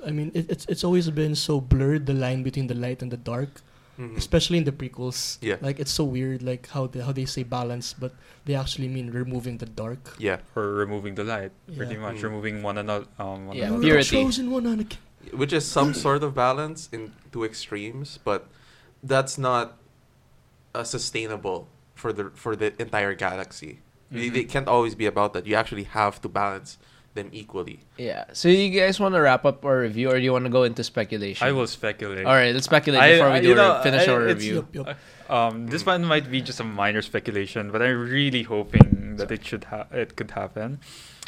S6: I mean, it, it's it's always been so blurred the line between the light and the dark,
S7: Mhm.
S6: especially in the prequels.
S7: Yeah.
S6: Like it's so weird, like how they, how they say balance, but they actually mean removing the dark.
S7: Yeah.
S5: Or removing the light, pretty
S6: Yeah.
S5: much
S7: Mm.
S5: removing one another. Um, one
S4: Yeah,
S5: another.
S6: You're Oh, the
S4: purity.
S6: chosen one, Anakin.
S7: which is some sort of balance in two extremes, but that's not uh, sustainable for the for the entire galaxy. They- They
S5: Mhm.
S7: can't always be about that. You actually have to balance them equally.
S4: Yeah. So you guys want to wrap up our review, or do you want to go into speculation?
S5: I will speculate.
S4: All right, let's speculate
S5: I-
S4: before
S5: I-
S4: we do
S5: you
S4: our,
S5: know,
S4: finish
S5: I-
S4: our
S5: it's-
S4: review.
S6: Yup, yup.
S5: Um, this one might be just a minor speculation, but I'm really hoping that it should ha- it could happen.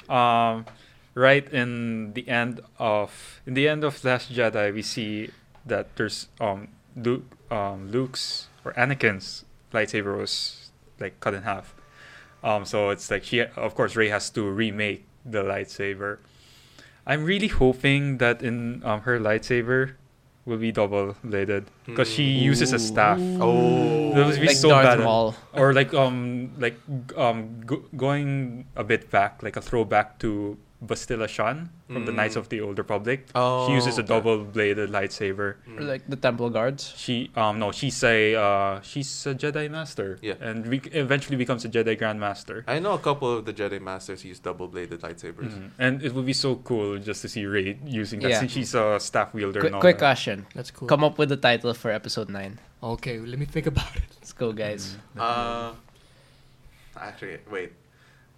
S5: Um, right in the end of in the end of Last Jedi, we see that there's um Luke um Luke's or Anakin's lightsaber was like cut in half. Um, so it's like she of course Ray has to remake the lightsaber. I'm really hoping that in um, her lightsaber will be double bladed because she uses a staff.
S7: Mm. Oh,
S5: That would be
S4: Like
S5: so
S4: Darth
S5: bad.
S4: Maul.
S5: Or like um like g- um go- going a bit back, like a throwback to Bastilla Shan from the Knights
S7: Mm.
S5: of the Old Republic.
S7: Oh,
S5: she uses a
S7: okay.
S5: double-bladed lightsaber.
S4: Or like the Temple Guards.
S5: She um no, she's a uh, she's a Jedi Master.
S7: Yeah.
S5: and we eventually becomes a Jedi Grandmaster.
S7: I know a couple of the Jedi Masters use double bladed lightsabers.
S5: Mhm. And it would be so cool just to see Rey using that
S4: Yeah.
S5: since she's a staff wielder.
S4: Quick,
S5: and all
S4: quick
S5: that.
S4: question.
S6: That's cool.
S4: Come up with the title for episode nine.
S6: Okay, let me think about it.
S4: Let's go, guys.
S7: Uh, actually, wait.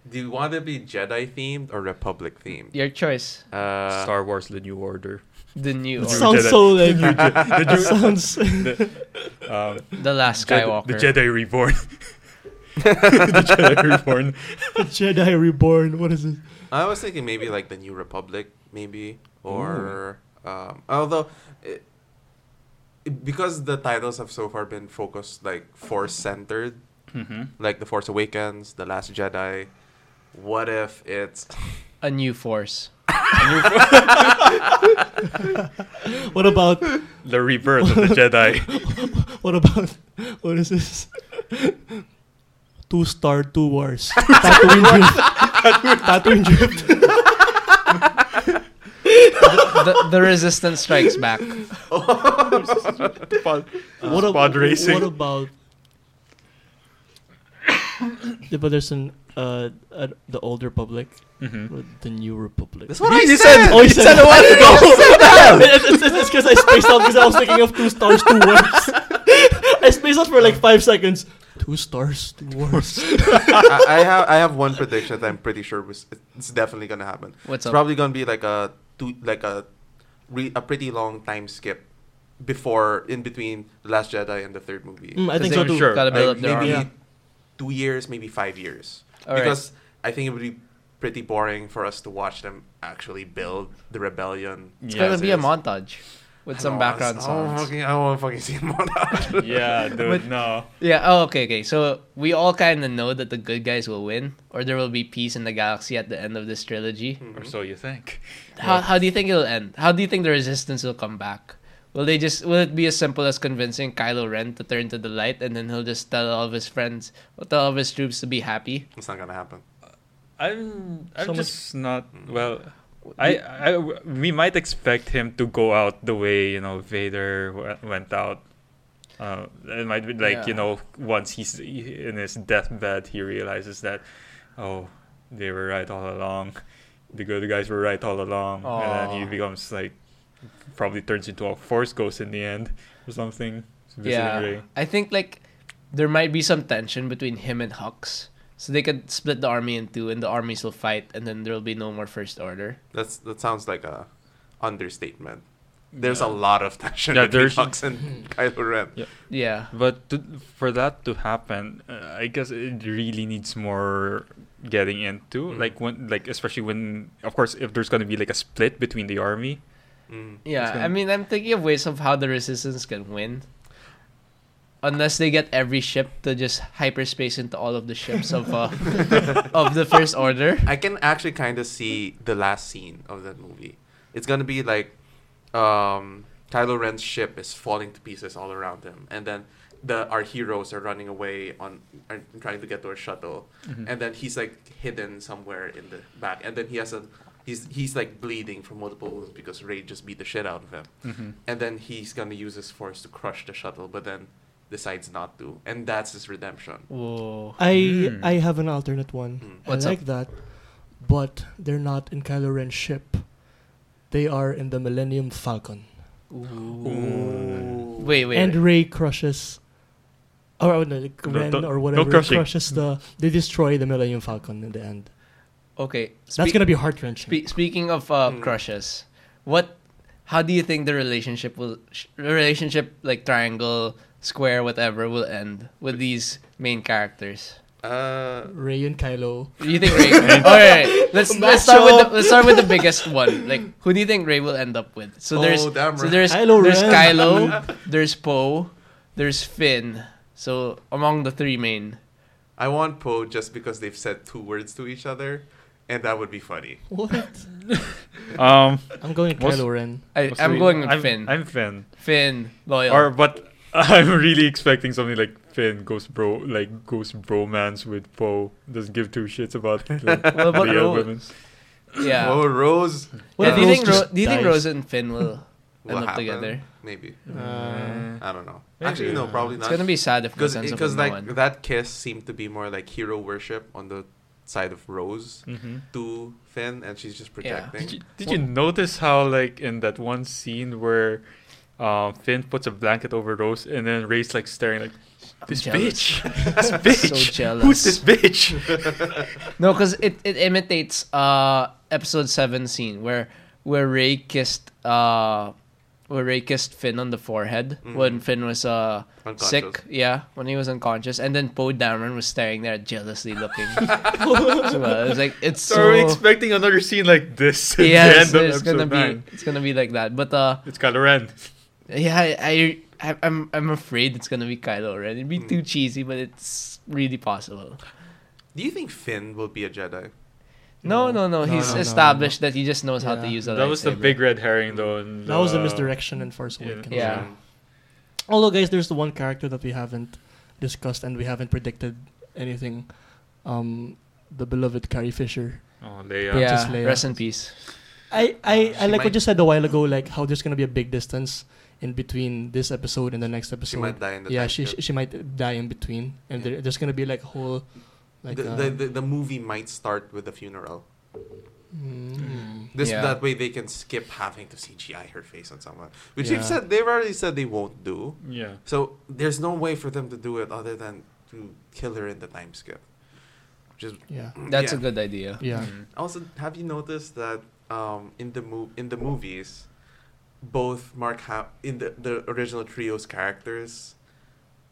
S7: Do you want to be Jedi themed or Republic themed?
S4: Your choice.
S7: Uh,
S5: Star Wars: The New Order.
S4: The new,
S6: It
S5: Or
S4: or
S6: sounds
S5: Jedi.
S6: so like
S5: The
S6: it
S5: Jedi-
S6: sounds
S5: um,
S4: the last
S5: Jedi-
S4: Skywalker.
S5: the Jedi Reborn. the Jedi Reborn.
S6: Jedi Reborn. What is it?
S7: I was thinking maybe like the New Republic, maybe, or um, although it, it- because the titles have so far been focused like Force centered,
S5: Mm-hmm.
S7: like the Force Awakens, the Last Jedi. What if it's
S4: A new force.
S6: What about
S5: The rebirth of the Jedi.
S6: what about what is this? Two star, two wars. Tatooine drift. Tatooine drift.
S4: the, the Resistance Strikes Back.
S5: Pod,
S6: What, ab-
S5: pod racing.
S6: what about? Yeah, but there's an uh, uh the old republic,
S5: Mhm.
S6: or the new republic.
S7: what I
S6: oh, you said a while ago. it's because I spaced out because I was thinking of two stars, two wars. I spaced out for like five seconds. Two stars, two wars.
S7: I, I have I have one prediction that I'm pretty sure was, it's definitely gonna happen.
S4: What's
S7: it's
S4: up?
S7: probably gonna be like a two like a re, a pretty long time skip before in between the Last Jedi and the third movie.
S6: Mm, I think so
S5: I'm
S6: too.
S5: sure.
S4: Gotta build up
S7: like
S4: their
S7: maybe
S4: army.
S6: Yeah.
S7: two years, maybe five years.
S4: All right.
S7: because I think it would be pretty boring for us to watch them actually build the rebellion.
S4: It's
S5: Yeah,
S4: gonna
S5: it
S4: be a
S7: is.
S4: montage with some background
S7: I
S4: songs.
S7: don't, I don't fucking see montage.
S5: yeah,
S4: But-
S5: dude, no.
S4: Yeah. Oh, okay, okay. So we all kind of know that the good guys will win, or there will be peace in the galaxy at the end of this trilogy.
S5: Or so you think.
S4: How how do you think it'll end? How do you think the resistance will come back? Will they just will it be as simple as convincing Kylo Ren to turn to the light, and then he'll just tell all of his friends, tell all of his troops to be happy?
S7: It's not gonna happen.
S5: I'm, I'm
S6: So much-
S5: just not, well, I, I, we might expect him to go out the way, you know, Vader w- went out. Uh, it might be like, you
S4: Yeah.
S5: know, once he's in his deathbed, he realizes that, oh, they were right all along. The good guys were right all along. And then he
S4: Aw.
S5: becomes like, probably turns into a force ghost in the end or something. visiting Rey.
S4: Yeah, I think like there might be some tension between him and Hux, so they could split the army in two, and the armies will fight, and then there will be no more First Order.
S7: That's that sounds like a understatement. There's a lot of tension
S5: Yeah,
S7: between
S5: there's-
S7: Hux and Kylo Ren.
S5: Yeah.
S4: Yeah,
S5: But to, for that to happen, uh, I guess it really needs more getting into.
S7: Mm.
S5: Like when, like especially when, of course, if there's gonna be like a split between the army.
S7: Mm.
S4: yeah.
S5: gonna-
S4: I mean, I'm thinking of ways of how the resistance can win. unless they get every ship to just hyperspace into all of the ships of uh, of the first order.
S7: I can actually kind of see the last scene of that movie. It's gonna be like um, Kylo Ren's ship is falling to pieces all around him, and then the our heroes are running away on are trying to get to a shuttle, and then he's like hidden somewhere in the back, and then he has a he's he's like bleeding from multiple wounds because Ray just beat the shit out of him, and then he's gonna use his force to crush the shuttle, but then decides not to, and that's his redemption.
S4: Whoa.
S6: I
S5: Mm.
S6: I have an alternate one.
S5: Hmm.
S7: Mm.
S4: What's up?
S6: I like that, but they're not in Kylo Ren's ship. They are in the Millennium Falcon,
S4: Wait, wait.
S6: and
S4: wait.
S6: Ray crushes, or oh, no, like
S5: No,
S6: Ren
S5: don't-
S6: or
S5: don't
S6: whatever
S5: crush it.
S6: crushes the. They destroy the Millennium Falcon in the end.
S4: Okay.
S6: That's
S4: speak-
S6: gonna be heart wrenching.
S4: Spe- speaking of uh,
S7: Mm.
S4: crushes, what? How do you think the relationship will, sh- relationship like triangle, square, whatever, will end with these main characters?
S7: Uh,
S6: Ray and Kylo.
S4: Do you think Ray? All right, let's let's start
S6: Macho.
S4: with the, let's start with the biggest one. Like, who do you think Ray will end up with? So
S7: Oh,
S4: there's
S7: damn
S4: so
S7: right.
S4: there's
S6: Kylo
S4: there's
S6: Ren.
S4: Kylo, there's Poe, there's Finn. So among the three main,
S7: I want Poe just because they've said two words to each other, and that would be funny.
S6: What?
S5: Um,
S6: I'm going
S5: What's-
S6: Kylo Ren.
S4: I,
S5: what's
S4: I'm
S5: the-
S4: going with
S5: I'm,
S4: Finn.
S5: I'm Finn.
S4: Finn loyal.
S5: Or but I'm really expecting something like Finn goes bro like goes bromance with Poe. Doesn't give two shits about like,
S4: Well, but
S5: the other
S4: Ro-
S5: women.
S4: yeah.
S7: Oh, Rose.
S6: What
S4: Yeah,
S6: if
S4: do you
S6: Rose
S4: think
S6: just
S4: Ro- do you think
S6: dies?
S4: Rose and Finn will
S7: Will
S4: end up
S7: happen.
S4: together?
S7: Maybe.
S6: Uh,
S7: I don't know.
S5: Maybe.
S7: Actually, no, probably
S4: It's
S7: not.
S4: gonna be sad if Rose ends up
S7: because
S4: with
S7: like
S4: no one.
S7: that kiss seemed to be more like hero worship on the side of Rose
S6: Mm-hmm.
S7: to Finn, and she's just projecting.
S5: Did you, did you notice how like in that one scene where um, Finn puts a blanket over Rose and then Ray's like staring like this
S4: jealous.
S5: bitch, this bitch,
S4: So jealous.
S5: who's this bitch?
S4: No, because it, it imitates uh episode seven scene where where Ray kissed uh where Ray kissed Finn on the forehead
S5: Mm-hmm.
S4: when Finn was uh
S7: Unconscious.
S4: sick, yeah, when he was unconscious, and then Poe Dameron was staring there jealously looking. so, uh, it was like it's
S5: So are we
S4: so
S5: expecting another scene like this at
S4: yeah,
S5: the end
S4: it's
S5: of episode
S4: gonna
S5: nine.
S4: be it's gonna be like that, but uh
S5: It's Kylo Ren.
S4: yeah, I. I I- I'm I'm afraid it's gonna be Kylo Ren. It'd be too
S5: Hmm.
S4: cheesy, but it's really possible.
S7: Do you think Finn will be a Jedi?
S4: No, no, no.
S6: No,
S4: He's
S6: no, no,
S4: established that he just knows how to
S6: Yeah.
S4: use a
S5: That was the
S4: lightsaber.
S5: big red herring though. and,
S6: That was the
S5: uh,
S6: misdirection in Force
S5: yeah.
S6: Awakens.
S4: Yeah.
S6: Although, guys, there's the one character that we haven't discussed and we haven't predicted anything. Um, the beloved Carrie Fisher.
S5: Oh,
S4: Yeah,
S5: Leia.
S6: Princess Leia.
S4: rest in peace.
S6: I, I,
S7: She
S6: I like
S7: might-
S6: what you said a while ago, like how there's gonna be a big distance in between this episode and the next episode.
S7: She might die in the
S6: yeah,
S7: time
S6: she,
S7: skip.
S6: she she might die in between, and
S7: Yeah.
S6: there, there's gonna be like a whole, like
S7: the,
S6: uh,
S7: the, the the movie might start with a funeral.
S6: mm,
S7: This
S4: Yeah.
S7: that way they can skip having to CGI her face on someone, which
S6: Yeah.
S7: they've said they've already said they won't do.
S5: Yeah.
S7: So there's no way for them to do it other than to kill her in the time skip. Just
S6: yeah,
S4: That's
S7: yeah.
S4: a good idea.
S6: yeah.
S7: Also, have you noticed that um, in the mov- in the movies, both Mark ha- in the, the original trio's characters,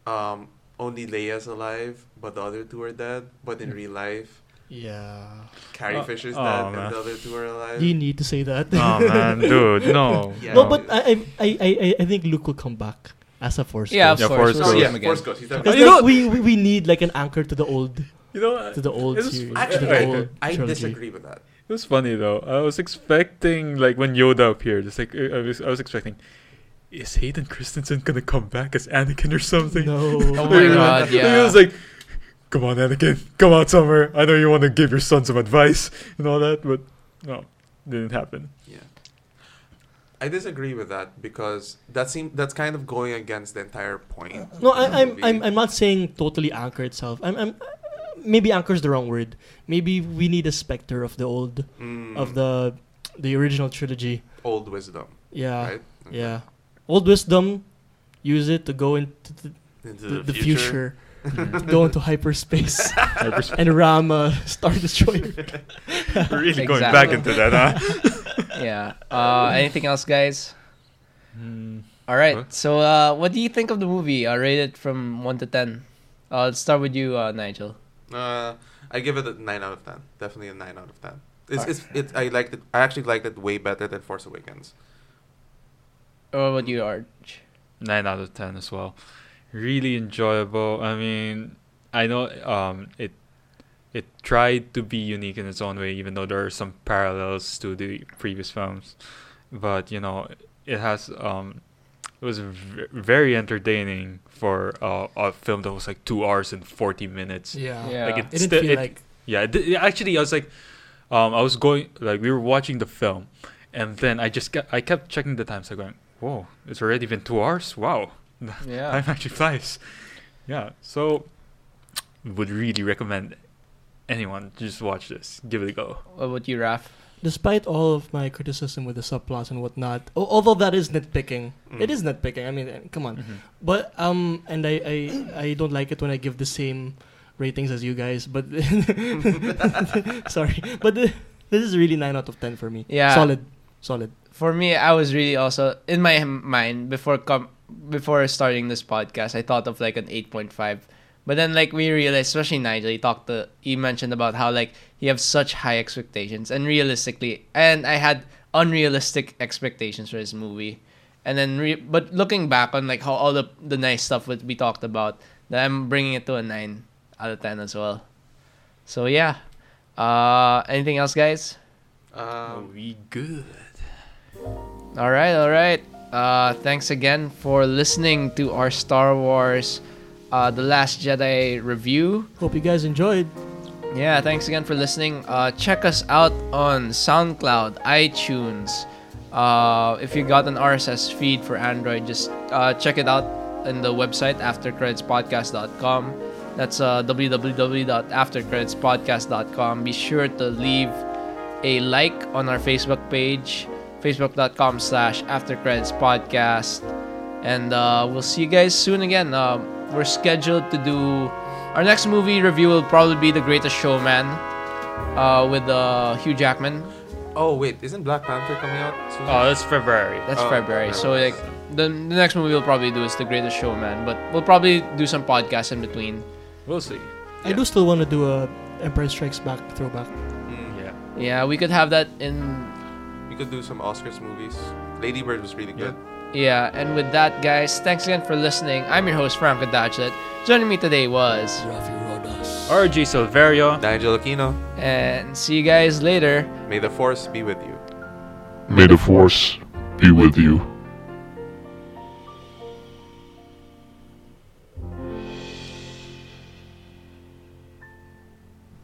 S7: um, only Leia's alive, but the other two are dead. But in real life,
S6: Yeah.
S7: Carrie
S5: Oh,
S7: Fisher's
S5: oh,
S7: dead,
S5: man.
S7: and the other two are alive.
S6: You need to say that.
S5: Oh man, dude, no.
S7: Yeah.
S6: no, but I, I- I, I, I think Luke will come back as a force.
S4: Yeah, of
S5: Yeah,
S4: course.
S5: Force
S4: we'll
S7: oh
S5: Ghost.
S4: see
S7: yeah,
S4: him again.
S7: Force Ghost. He's
S6: Because
S7: dead.
S5: You know-
S6: like, we, we we need like an anchor to the old
S5: You know,
S6: to the old
S5: It's-
S6: series. to
S7: Actually,
S6: the
S5: Right.
S6: old
S7: I
S6: trilogy.
S7: disagree with that.
S5: It was funny though. I was expecting like when Yoda appeared, it's like uh, I was, I was expecting, is Hayden Christensen gonna come back as Anakin or something?
S6: No.
S4: Oh my god,
S5: He
S4: yeah.
S5: was like, "Come on, Anakin, come out somewhere. I know you want to give your son some advice and all that, but no, didn't happen."
S7: Yeah. I disagree with that because that seem that's kind of going against the entire point.
S6: No,
S7: of the
S6: I, I'm,
S7: movie.
S6: I'm, I'm not saying totally anchor itself. I'm, I'm, maybe anchor is the wrong word. Maybe we need a specter of the old,
S7: Mm,
S6: of the, the original trilogy.
S7: old wisdom,
S6: Yeah,
S7: right?
S6: yeah. Old wisdom, use it to go into the,
S7: Into
S6: the, the future,
S5: Mm.
S6: go into hyperspace,
S5: Hyperspace.
S6: and ram a star destroyer.
S5: really going back
S4: Exactly.
S5: into that, huh?
S4: yeah. Uh, anything else, guys?
S5: Mm.
S4: All right.
S5: Huh?
S4: So, uh, what do you think of the movie? Uh, rate it from one to ten. Uh, let's start with you, uh, Nigel.
S7: Uh, I give it a nine out of ten. Definitely a nine out of ten. It's, it's, it's, I liked it. I actually liked it way better than Force Awakens.
S4: Or what about you, Arch?
S5: Nine out of ten as well. really enjoyable. I mean, I know um, it it tried to be unique in its own way, even though there are some parallels to the previous films. But you know, it has um, it was v- very entertaining for uh, a film that was like two hours and forty minutes.
S6: Yeah.
S4: Yeah.
S5: Like
S4: It
S5: it's
S6: It didn't
S5: still-
S6: feel
S5: it-
S6: like
S5: yeah, th- yeah, actually, I was like, um, I was going like we were watching the film, and then I just kept, I kept checking the times. I going, whoa, it's already been two hours. Wow,
S4: Yeah.
S5: time actually flies. Yeah, so would really recommend anyone to just watch this. Give it a go.
S4: What about you, Raf?
S6: despite all of my criticism with the subplots and whatnot, al- although that is nitpicking,
S5: Mm.
S6: it is nitpicking. I mean, eh, come on.
S4: Mm-hmm.
S6: But um, and I, I I don't like it when I give the same ratings as you guys. But sorry, but th- this is really nine out of ten for me.
S4: Yeah.
S6: solid, solid.
S4: For me, I was really also in my m- mind before com- before starting this podcast. I thought of like an eight point five, but then like we realized, especially Nigel, he talked to he mentioned about how like he have such high expectations and realistically, and I had unrealistic expectations for this movie, and then re- but looking back on like how all the the nice stuff that we talked about, that I'm bringing it to a nine out of ten as well. So yeah, uh, anything else, guys?
S7: Um,
S5: we good.
S4: All right, all right. Uh, thanks again for listening to our Star Wars uh, The Last Jedi review.
S6: Hope you guys enjoyed.
S4: Yeah, thanks again for listening. Uh, check us out on SoundCloud, iTunes. Uh, if you got an RSS feed for Android, just uh, check it out in the website aftercreditspodcast.com. That's uh, www.aftercreditspodcast.com. Be sure to leave a like on our Facebook page, facebook.com slash aftercreditspodcast. And uh, we'll see you guys soon again. Uh, we're scheduled to do our next movie review will probably be The Greatest Showman uh, with uh, Hugh Jackman.
S7: oh wait, isn't Black Panther coming out soon?
S5: Oh, that's February.
S4: That's
S7: Oh,
S4: February.
S7: okay.
S4: So like the, the next movie we'll probably do is The Greatest Showman, but we'll probably do some podcasts in between.
S5: We'll see.
S6: I do still want to do a Empire Strikes Back throwback.
S7: Mm,
S5: Yeah.
S4: Yeah, we could have that in
S7: we could do some Oscars movies. Lady Bird was really good.
S4: yeah. And with that, guys, thanks again for listening. I'm your host Franco Dachlet. Joining me today was,
S5: RG Silverio.
S7: Nigel Aquino,
S4: and see you guys later.
S7: may the force be with you.
S3: May the Force be with you.